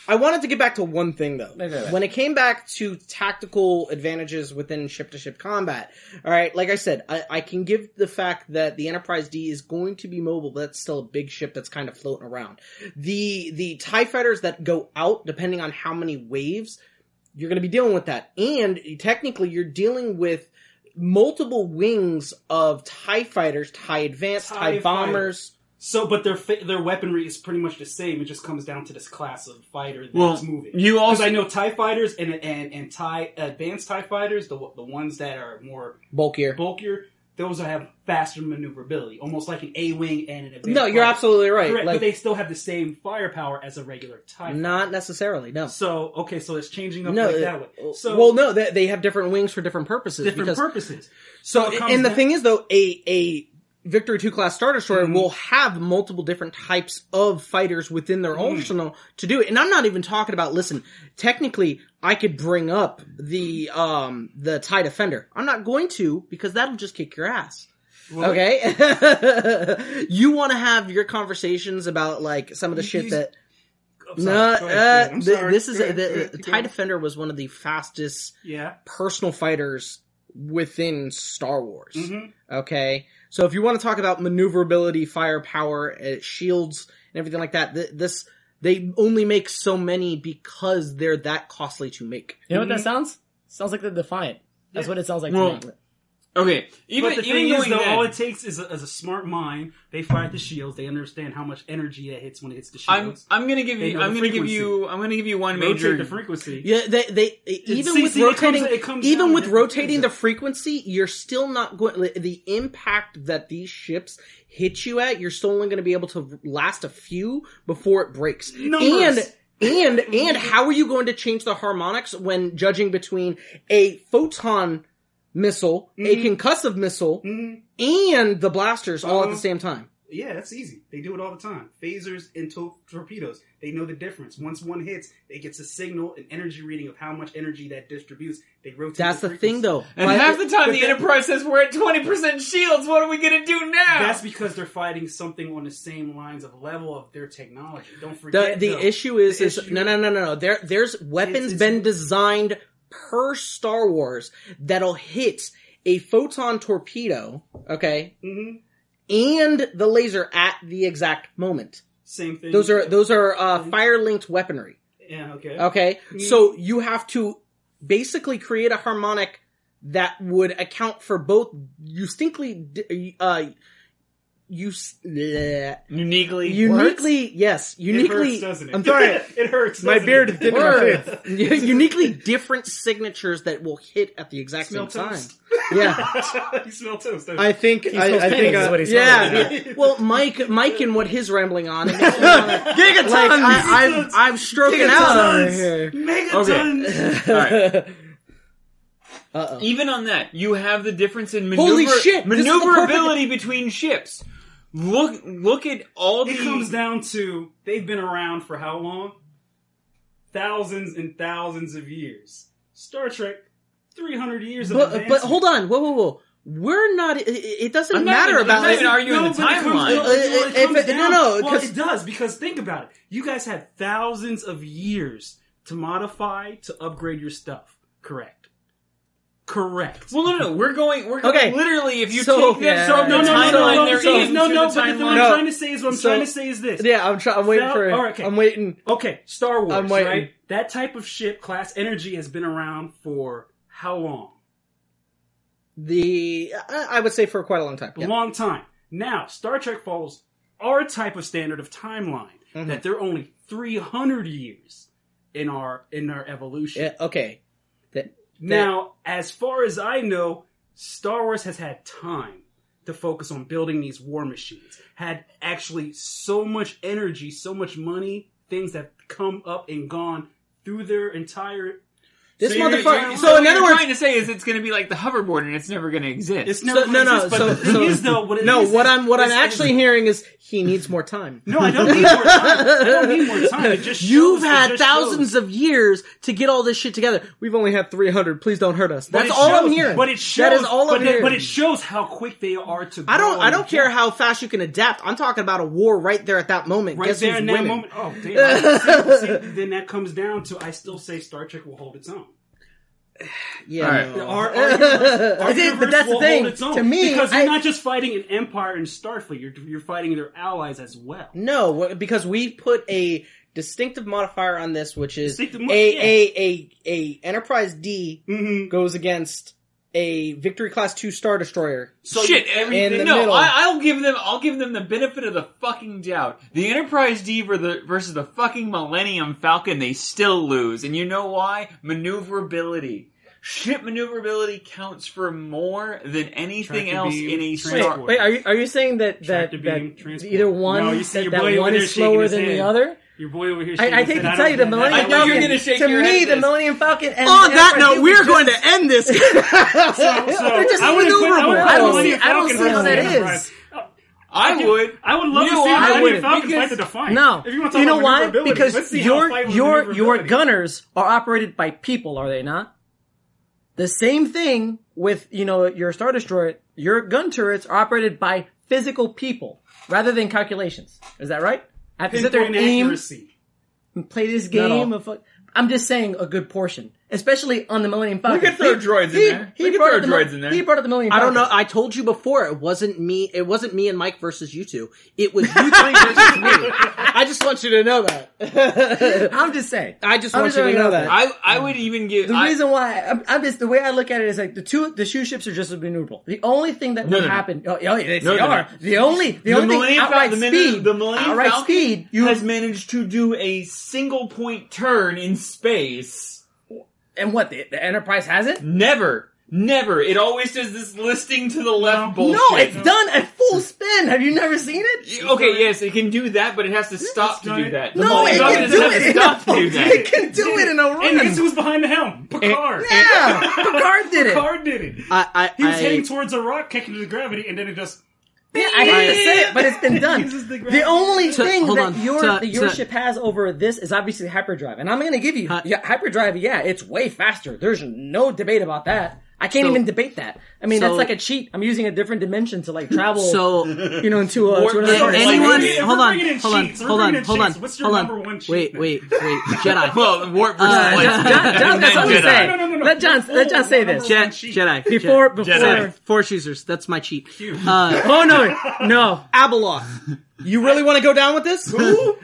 I wanted to get back to one thing though.
Wait, wait, wait.
When it came back to tactical advantages within ship to ship combat, alright, like I said, I, I can give the fact that the Enterprise D is going to be mobile, but that's still a big ship that's kind of floating around. The, the TIE fighters that go out, depending on how many waves, you're going to be dealing with that. And technically, you're dealing with multiple wings of TIE fighters, TIE advanced, TIE,
TIE
bombers.
so, but their fa- their weaponry is pretty much the same. It just comes down to this class of fighter that's
Well,
moving.
you also-
Because I know Tie fighters and and and Tie advanced Tie fighters, the the ones that are more
Bulkier.
bulkier, those have faster maneuverability, almost like an A wing and an advanced.
No, you're
fighter.
absolutely right.
Correct,
Like,
but they still have the same firepower as a regular Tie.
not necessarily, no.
So okay, so it's changing up
No, oh,
like that way. So
well, no, they, they have different wings for different purposes.
different
because,
purposes.
so,
it comes
and the
down-
thing is, though, a a Victory Two class Star Destroyer
Hmm.
will have multiple different types of fighters within
Hmm.
their arsenal to do it. And I'm not even talking about. Listen, technically, I could bring up the um the Tie Defender. I'm not going to because that'll just kick your ass. okay, you want to have your conversations about like some of the shit
You-
that
I'm
no,
sorry, go ahead,
uh,
Dan, I'm
th-
sorry.
this is
Go ahead, go
the,
ahead,
the
keep
Tie
going.
Defender was one of the fastest
Yeah.
personal fighters within Star Wars.
Mhm.
Okay, so if you want to talk about maneuverability, firepower, uh, shields, and everything like that, th- this they only make so many because they're that costly to make.
You know what that sounds? Sounds like the Defiant. That's what it sounds like
Well,
to me.
Okay, even
But the
even
thing is,
doing
though,
that,
all it takes is a, is a smart mind. They fire at the shields. They understand how much energy that hits when it hits the
I'm
shields.
I'm gonna give
They
you
know
I'm
the
gonna give you I'm gonna give you one
Rotate
major
the frequency.
Yeah, they they even
see,
with
see, it comes-
rotating
it comes
even
down
with
to-
rotating the frequency, you're still not going like, the impact that these ships hit you at. You're still only going to be able to last a few before it breaks.
Numbers.
And and and how are you going to change the harmonics when judging between a photon missile, a
Mm-hmm.
concussive missile, and the blasters all at the
Uh-huh.
same time?
Yeah, that's easy. They do it all the time. Phasers and to- torpedoes. They know the difference. Once one hits, it gets a signal, an energy reading of how much energy that distributes. They rotate.
That's the
frequency.
thing, though.
and
Like-
half the time the Enterprise says we're at twenty percent shields. What are we gonna do now?
That's because they're fighting something on the same lines of level of their technology. Don't
The
forget
the
though,
issue is
the
is
issue-
no no no no no. There there's weapons
It's- it's-
been designed per Star Wars that'll hit a photon torpedo, okay,
Mhm.
and the laser at the exact moment.
Same thing.
Those are uh, those are
Mm-hmm.
uh, fire linked weaponry.
yeah okay.
Okay,
Mm-hmm.
so you have to basically create a harmonic that would account for both distinctly d- uh you s- bleh.
uniquely
uniquely yes
It hurts,
uniquely
doesn't it?
I'm sorry
it hurts.
My
doesn't
beard
it?
is getting
Word.
my face.
uniquely different signatures that will hit at the exact same
Smell
time.
toast?
Yeah,
you smell toast. don't you?
I think I, I think
is
I,
what he
yeah, yeah. Well, Mike, Mike, and what his rambling on, it makes me wanna- like I, I'm, I'm stroking out.
Okay. All right. Even on that, you have the difference in maneuver-
Holy shit, this is the perfect-
maneuverability between ships. Look, look at all the
It comes down to they've been around for how long? Thousands and thousands of years. Star Trek, three hundred years of
But, but
advancement.
hold on, whoa, whoa, whoa. We're not. It, it doesn't
I'm not
matter
even-
about.
I'm not even arguing
No,
the
but it comes-
timeline.
no,
Uh,
it- it comes
if it- no,
down-
no,
well,
'cause-
it does because think about it. You guys had thousands of years to modify to upgrade your stuff. Correct. correct.
Well, no, no, no. We're going. We're going.
Okay.
Literally, if you
So-
take them from
Yeah.
the
no, no,
timeline,
no, no,
they're
so-
in
no,
to
no.
the
But the thing I'm
timeline.
trying to say is what I'm
So-
trying to say is this.
Yeah, I'm trying. I'm waiting
No,
for it.
alright, okay.
I'm waiting.
Okay, Star Wars,
I'm waiting.
right? That type of ship, class energy, has been around for how long?
The I I would say for quite a long time.
A
Yeah.
long time. Now, Star Trek follows our type of standard of timeline
Mm-hmm.
that they're only 300 years in our in our evolution.
Yeah, okay.
Now, as far as I know, Star Wars has had time to focus on building these war machines. Had actually so much energy, so much money, things that come up and gone through their entire
This
You're- you're-
motherfucker.
so
So in
what
other
you're
words,
trying to say is it's going to be like the hoverboard, and it's never going to exist.
It's never
So- no, no,
racist, but
so-
the thing
so-
is, though, what it
no.
is
What
is-
I'm what I'm
is- is-
actually hearing is he needs more time.
no, I don't need more time. I don't need more time. It just
You've
shows- it
had
just shows.
thousands of years to get all this shit together. We've only had 300. Please don't hurt us.
But
That's
it
all I'm
shows-
hearing.
But it shows.
That is all
but
I'm
it-
hearing.
But it shows how quick they are to.
I don't.
grow
I
and
don't care
adapt.
how fast you can adapt. I'm talking about a war right there at that moment.
Right
Guess
there
who's
in
winning?
that moment. Oh damn! see, see, then that comes down to I still say Star Trek will hold its own.
Yeah.
All right.
no.
Our, our universe, our
I did,
universe
but that's the
will
thing.
Hold its own
To me,
because you're
I-
not just fighting an empire and Starfleet, you're you're fighting their allies as well.
No, wh- because we put a distinctive modifier on this, which is a,
Distinctive mo- yeah.
a a a Enterprise D
Mm-hmm.
goes against a Victory Class Two Star Destroyer.
So
Shit,
in the
everything. No,
middle.
I, I'll give them. I'll give them the benefit of the fucking doubt. The Enterprise D ver- the- versus the fucking Millennium Falcon, they still lose, and you know why? Maneuverability. Ship maneuverability counts for more than anything
Tractor
else
beam,
in a
transport.
Star.
Wait, are you are you saying that that,
Tractor beam,
that
transport.
either one
No, you see
that,
your
that
boy over
one
there
is
shaking
slower
his
than the
hand.
other?
your boy over here.
I- I
shaking his head.
hate to
don't
tell you, the
get that.
Millennium
I know you're
Falcon.
gonna shake
to
your
me,
head.
the Millennium Falcon. And Oh,
On
and
that
Enterprise
note,
D
we
was
are going
just-
to end this.
So,
They're just
I would've put- I
maneuverable.
would've
I
put
don't
Millennium
see- I
Falcon
don't see how
versus
that is.
Enterprise.
I would.
I would love
You
to see
know, I
Millennium
wouldn't,
Falcon
because-
fight the Defiant.
No,
if you, want to talk
you know
about
why?
maneuverability, let's
Because
see how
your
fight with
your your
maneuverability.
gunners are operated by people, are they not? The same thing with you know your star destroyer. Your gun turrets are operated by physical people rather than calculations. Is that right? I have to sit there and
pinpoint
aim,
accuracy.
and play this
Not
game.
all.
Of, fuck- I'm just saying a good portion, especially on the Millennium Falcon.
could throw
He-
droids in
he-
there.
He
We could
brought
throw
up the Mil-
droids in there.
He brought up the Millennium.
I don't
Falcon.
know. I told you before. It wasn't me. It wasn't me and Mike versus you two. It was you three versus me. I just want you to know that.
I'm just saying.
I just
I'm
want you to
throwing it
know
out
that.
there.
I I would even give.
The
I,
reason why I'm, I'm just the way I look at it is like the two the shoe ships are just as maneuverable. The only thing that
No,
would
no, no.
happen, oh, yeah, they
No, no,
are
no.
the only the,
the
only thing
Millennium
outright
Falcon, the,
speed,
Millennium- the Millennium
outright
Falcon
speed. You
has managed to do a single point turn in space.
and what the, the Enterprise hasn't.
Never. Never. It always does this listing to the left bullshit.
No, it's done at full spin. Have you never seen it?
Okay, yes, it can do that, but it has to stop to
done
do
it.
that.
No,
Millennium
it
Falcon
can
doesn't
do
have
it.
to stop to do
It
that.
can do it in a
And guess who
run.
was behind the helm? Picard.
Yeah, Picard did it.
Picard did it.
I, I,
He was heading
I,
towards a rock, kicking to the gravity, and then it just.
Yeah, I hate to say it, but it's been done.
Uses the
the,
gravity.
only thing
hold
that
on.
your
To-
that your
to-
ship has over this is obviously hyperdrive, and I'm going to give you yeah, hyperdrive. Yeah, it's way faster. There's no debate about that. I can't even debate that. I mean, that's
so-
like a cheat. I'm using a different dimension to like travel.
so
you know, uh, into a, to another
An-
universe.
anyone,
If we're
hold on,
bringing in
hold on,
cheats, we're
hold on,
bringing in
hold on,
cheats. What's your
hold
number one
on.
cheat
Wait,
then?
wait, wait, Jedi.
Well, warp versus
Uh,
light.
John, John, that's what I'm
Jedi.
saying.
No, no, no, no.
Let John, let John say this.
Je-
Number one cheat.
Jedi.
Before,
Jedi.
before.
Jedi. Force users, that's my cheat. Uh,
Oh no, no.
Abeloth. You really want to go down with this?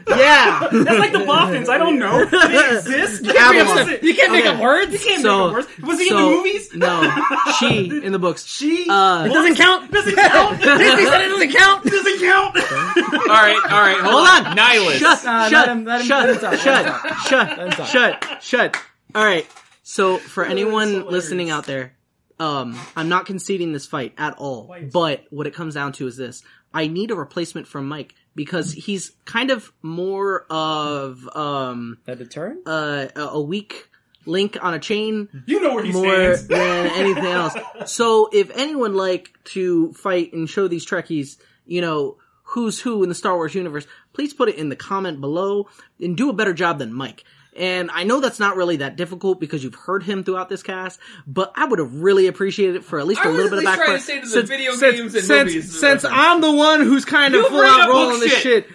Yeah.
That's like the Boffins. I don't know. Do They exist. You can't,
Avalon.
make up- you can't make up words. You can't
So-
make up words. Was he
so-
in the movies?
No. She in the books.
She
Uh,
It doesn't count.
doesn't count.
Disney said it doesn't count.
doesn't count.
All right, all right, hold,
Hold on.
Nihilus.
Shut,
No,
shut,
let him- let him- let him
shut,
talk, let him
shut, shut, shut, shut. All right. So for anyone listening out there, um, I'm not conceding this fight at all. But what it comes down to is this: I need a replacement for Mike because he's kind of more of um
That deterrent.
a, a a weak link on a chain
You know where he
more
stands.
than anything else. So if anyone like to fight and show these Trekkies, you know, who's who in the Star Wars universe, please put it in the comment below and do a better job than Mike. And I know that's not really that difficult because you've heard him throughout this cast, but I would have really appreciated it for at least
I
a
was
little
at
bit of
least
background.
trying to say that the video games and
since,
movies-
since I'm the one who's kind of
You
full
bring
out
up
rolling
book
this
shit.
shit,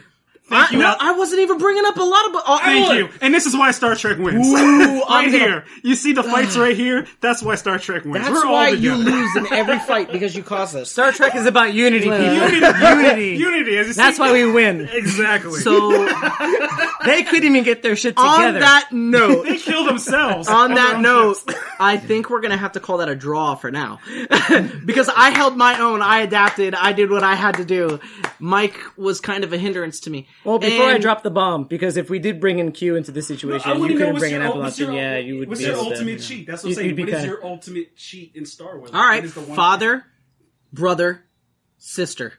Thank you.
no, I wasn't even bringing up a lot of. Oh,
Thank
look.
you. And this is why Star Trek wins. right here. You see the fights right here? That's why Star Trek wins.
That's
We're all
why you
together.
lose in every fight because you caused us.
Star Trek is about unity, people.
Unity. Unity. As you
That's
see-
why we win.
Exactly.
So they couldn't even get their shit together.
On that note,
they kill themselves.
on
their
that
own
note,
ships.
I think we're gonna have to call that a draw for now, because I held my own. I adapted. I did what I had to do. Mike was kind of a hindrance to me.
Well, before I
And-
drop the bomb, because if we did bring in Q into this situation,
I
you
wouldn't know
couldn't
what's
bring
your,
in
ul- what's your,
Appalachian. Yeah, you would.
what's
be
your
able to-
ultimate cheat? That's what I'm
You'd-
saying.
you'd be
What is
kinda-
your ultimate cheat in Star Wars?
all right,
What is the one-
father, brother, sister.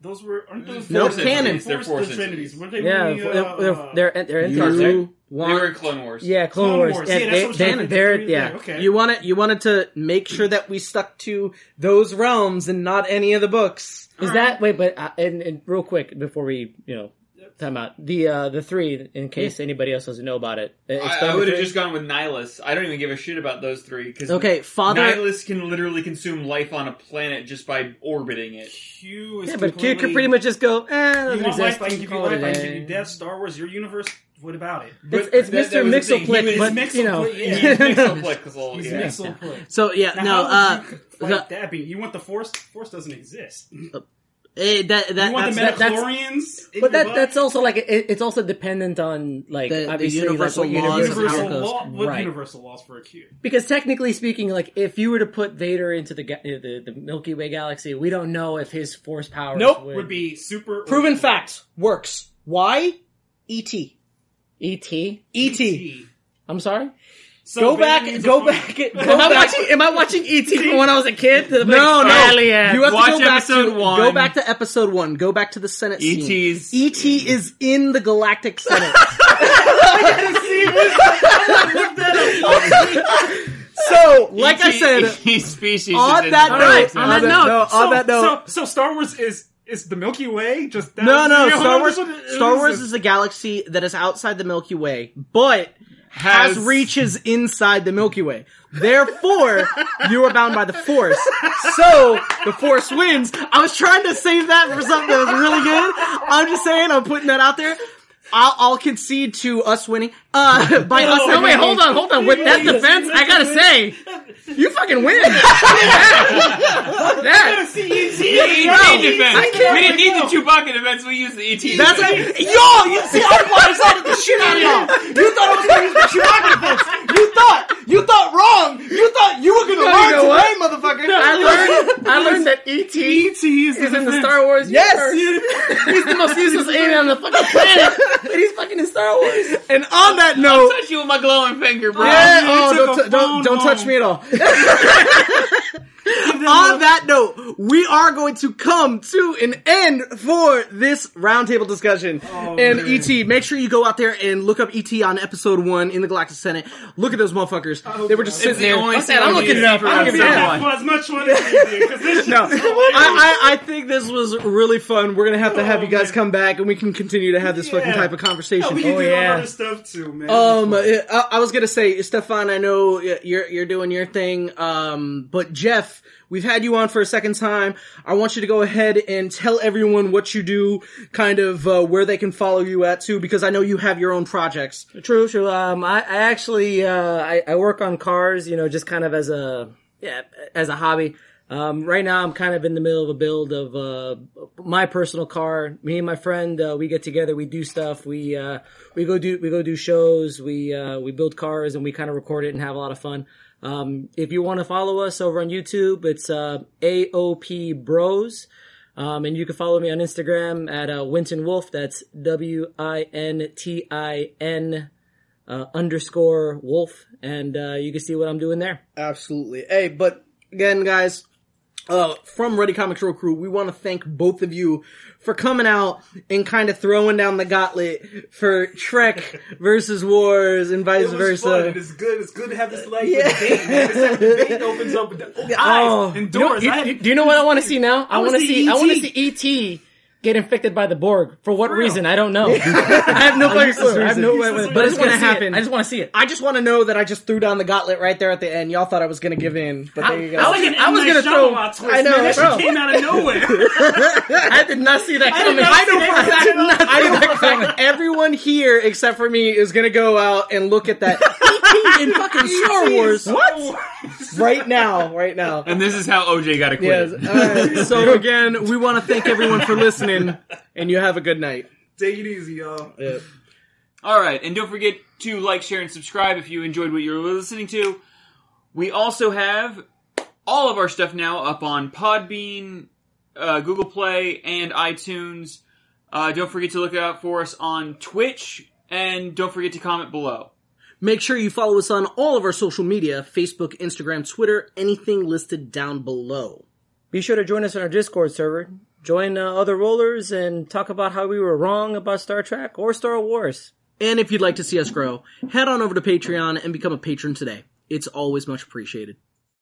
Those were aren't those
No,
force
canon.
entities?
They're
Force
force
infinities. Were they
Yeah,
really, uh,
they're they're, they're, they're
You-
anti-
Star Trek?
want-
They were in Clone Wars.
yeah, Clone,
Clone
Wars.
Wars.
Yeah,
Yeah, that's
they,
what I'm
they,
trying to
they're
figure
yeah.
out. Okay.
You wanted you wanted to make sure that we stuck to those realms and not any of the books.
Is that wait? But uh, and, and real quick before we you know time out the uh the three in case anybody else doesn't know about it. Uh,
I,
explain
I
the
would have
three.
just gone with Nihilus. I don't even give a shit about those three because
Okay, father.
Nihilus can literally consume life on a planet just by orbiting it.
Q is
Yeah, but Q
completely-
could pretty much just go. Eh,
You
doesn't
want
exist.
life? I can give you
Call it
life.
a
I can give
day.
you death. Star Wars, your universe. What about it?
It's,
But
it's
that- that
Mr.
was the thing.
Mixelplick,
He was-
but you know,
Mixelplick, yeah.
He's Mixoplex,
He's
yeah.
mixed up.
so yeah,
Now,
no.
how
Uh,
would you fight
the,
that being? You want the force? Force doesn't exist. You
eh, that that
want the
that's-
that- that's-
Metachlorians? in
but
your
that
butt?
that's also like it, it's also dependent on like
The- the
obviously like,
universal
what
laws
universe
of
is how
universal
it goes.
law. What
right?
universal laws for a Q?
Because technically speaking, like if you were to put Vader into the ga- the, the Milky Way galaxy, we don't know if his force powers
Nope.
would,
Would be super
proven fact works. E Why? E.T.
ET.
E.T.
I'm sorry.
E So
E Go
Vader
back.
needs a
Go
phone.
back. Go
Am I
back.
watching? Am I watching ET from when I was a kid? No,
no. You have
Watch
to go back to
episode one.
go back to episode one. Go back to the Senate.
E
scene.
ET's
ET is in the Galactic Senate. so, like I said,
species.
on
is
that
E in-
note,
on
on that
that
note,
So,
on that note,
so, so Star Wars is is the Milky Way? Just that
no, no,
you know,
Star
what
Wars,
is it-
Star
what
Wars
this?
is a galaxy that is outside the Milky Way, but has reaches inside the Milky Way. Therefore, you are bound by the Force. So the Force wins. I was trying to save that for something that was really good. I'm just saying, I'm putting that out there. I'll, I'll concede to us winning. Uh, by us.
No, wait,
hold on, hold on. With that defense, I gotta say, you fucking win. that.
E
We didn't need E defense.
I can't
We didn't need the Chewbacca defense. We used the E ET.
That's a, yo. You see, I blindsided the shit out of y'all. You thought I was gonna use the Chewbacca defense. You thought, you thought wrong. You thought you were gonna learn
know
today,
what?
motherfucker.
I learned. I learned that ET
ET
is
E is
in the Star Wars.
Yes.
universe. he's the most useless alien on the fucking planet, but he's fucking in Star Wars.
And on that note.
touch you with my glowing finger, bro.
Yeah,
you
oh,
took
don't,
a
t- don't,
phone
don't touch
home.
me at all. On that note, we are going to come to an end for this roundtable discussion.
Oh,
and ET, make sure you go out there and look up ET on episode one in the Galactic Senate. Look at those motherfuckers. they were just
It's
sitting
the
there.
only.
I'm looking it up.
I
I'm
don't
looking
give
it
a fuck.
up.
That was much fun as you did, 'cause this
No,
shit's
I, I, I think this was really fun. We're gonna have to have you guys come back, and we can continue to have this fucking
Yeah.
type of conversation.
Yeah, we can
Oh,
do
yeah.
all other stuff too, man.
Um, I, I was gonna say, Stefan, I know you're you're doing your thing. Um, but Jeff, we've had you on for a second time. I want you to go ahead and tell everyone what you do, kind of uh, where they can follow you at too, because I know you have your own projects.
True, true. Um, I, I actually uh, I, I work on cars, you know, just kind of as a yeah, as a hobby. Um, right now, I'm kind of in the middle of a build of uh, my personal car. Me and my friend, uh, we get together, we do stuff, we uh, we go do we go do shows, we uh, we build cars, and we kind of record it and have a lot of fun. Um, if you want to follow us over on YouTube, it's uh, AOP Bros. Um, and you can follow me on Instagram at uh, Winton Wolf. That's W I N T I N uh, underscore Wolf, and uh, you can see what I'm doing there.
Absolutely. Hey, but again, guys, uh, from Ready Comics Row Crew, we want to thank both of you for coming out and kind of throwing down the gauntlet for Trek versus Wars and vice
It was
versa.
fun. It is good. It's good to have this life debate. man. It's like debate opens up the eyes
Oh,
and doors.
You know-
I
you-
had-
do you know what I want to see now? I,
E
wanna
want to
see
see. E I
ET.
want to see ET
get infected by the Borg. For what reason? I don't know.
I have no fucking clue. I have no
But
way.
I
But it's
just wanna
gonna
see it.
happen.
I just want to see it.
I just want to know that I just threw down the gauntlet right there at the end. Y'all thought I was gonna give in, but there you go.
I was
Like an
gonna- I was
M. Night
gonna throw-
Shyamalan twist,
I know,
man. That shit
bro.
came out of nowhere.
I did not see that
did
coming.
not see that
I did not think of that. Everyone here except for me is gonna go out and look at that ET in fucking
E
Star Wars
what?
right now, right now.
And this is how OJ got acquitted.
Yes. All right. So again, we want to thank everyone for listening, and you have a good night.
Take it easy, y'all.
All right, and don't forget to like, share, and subscribe if you enjoyed what you were listening to. We also have all of our stuff now up on Podbean, uh, Google Play, and iTunes. Uh, don't forget to look out for us on Twitch, and don't forget to comment below.
Make sure you follow us on all of our social media: Facebook, Instagram, Twitter, anything listed down below.
Be sure to join us on our Discord server. Join uh, other rollers and talk about how we were wrong about Star Trek or Star Wars.
And if you'd like to see us grow, head on over to Patreon and become a patron today. It's always much appreciated.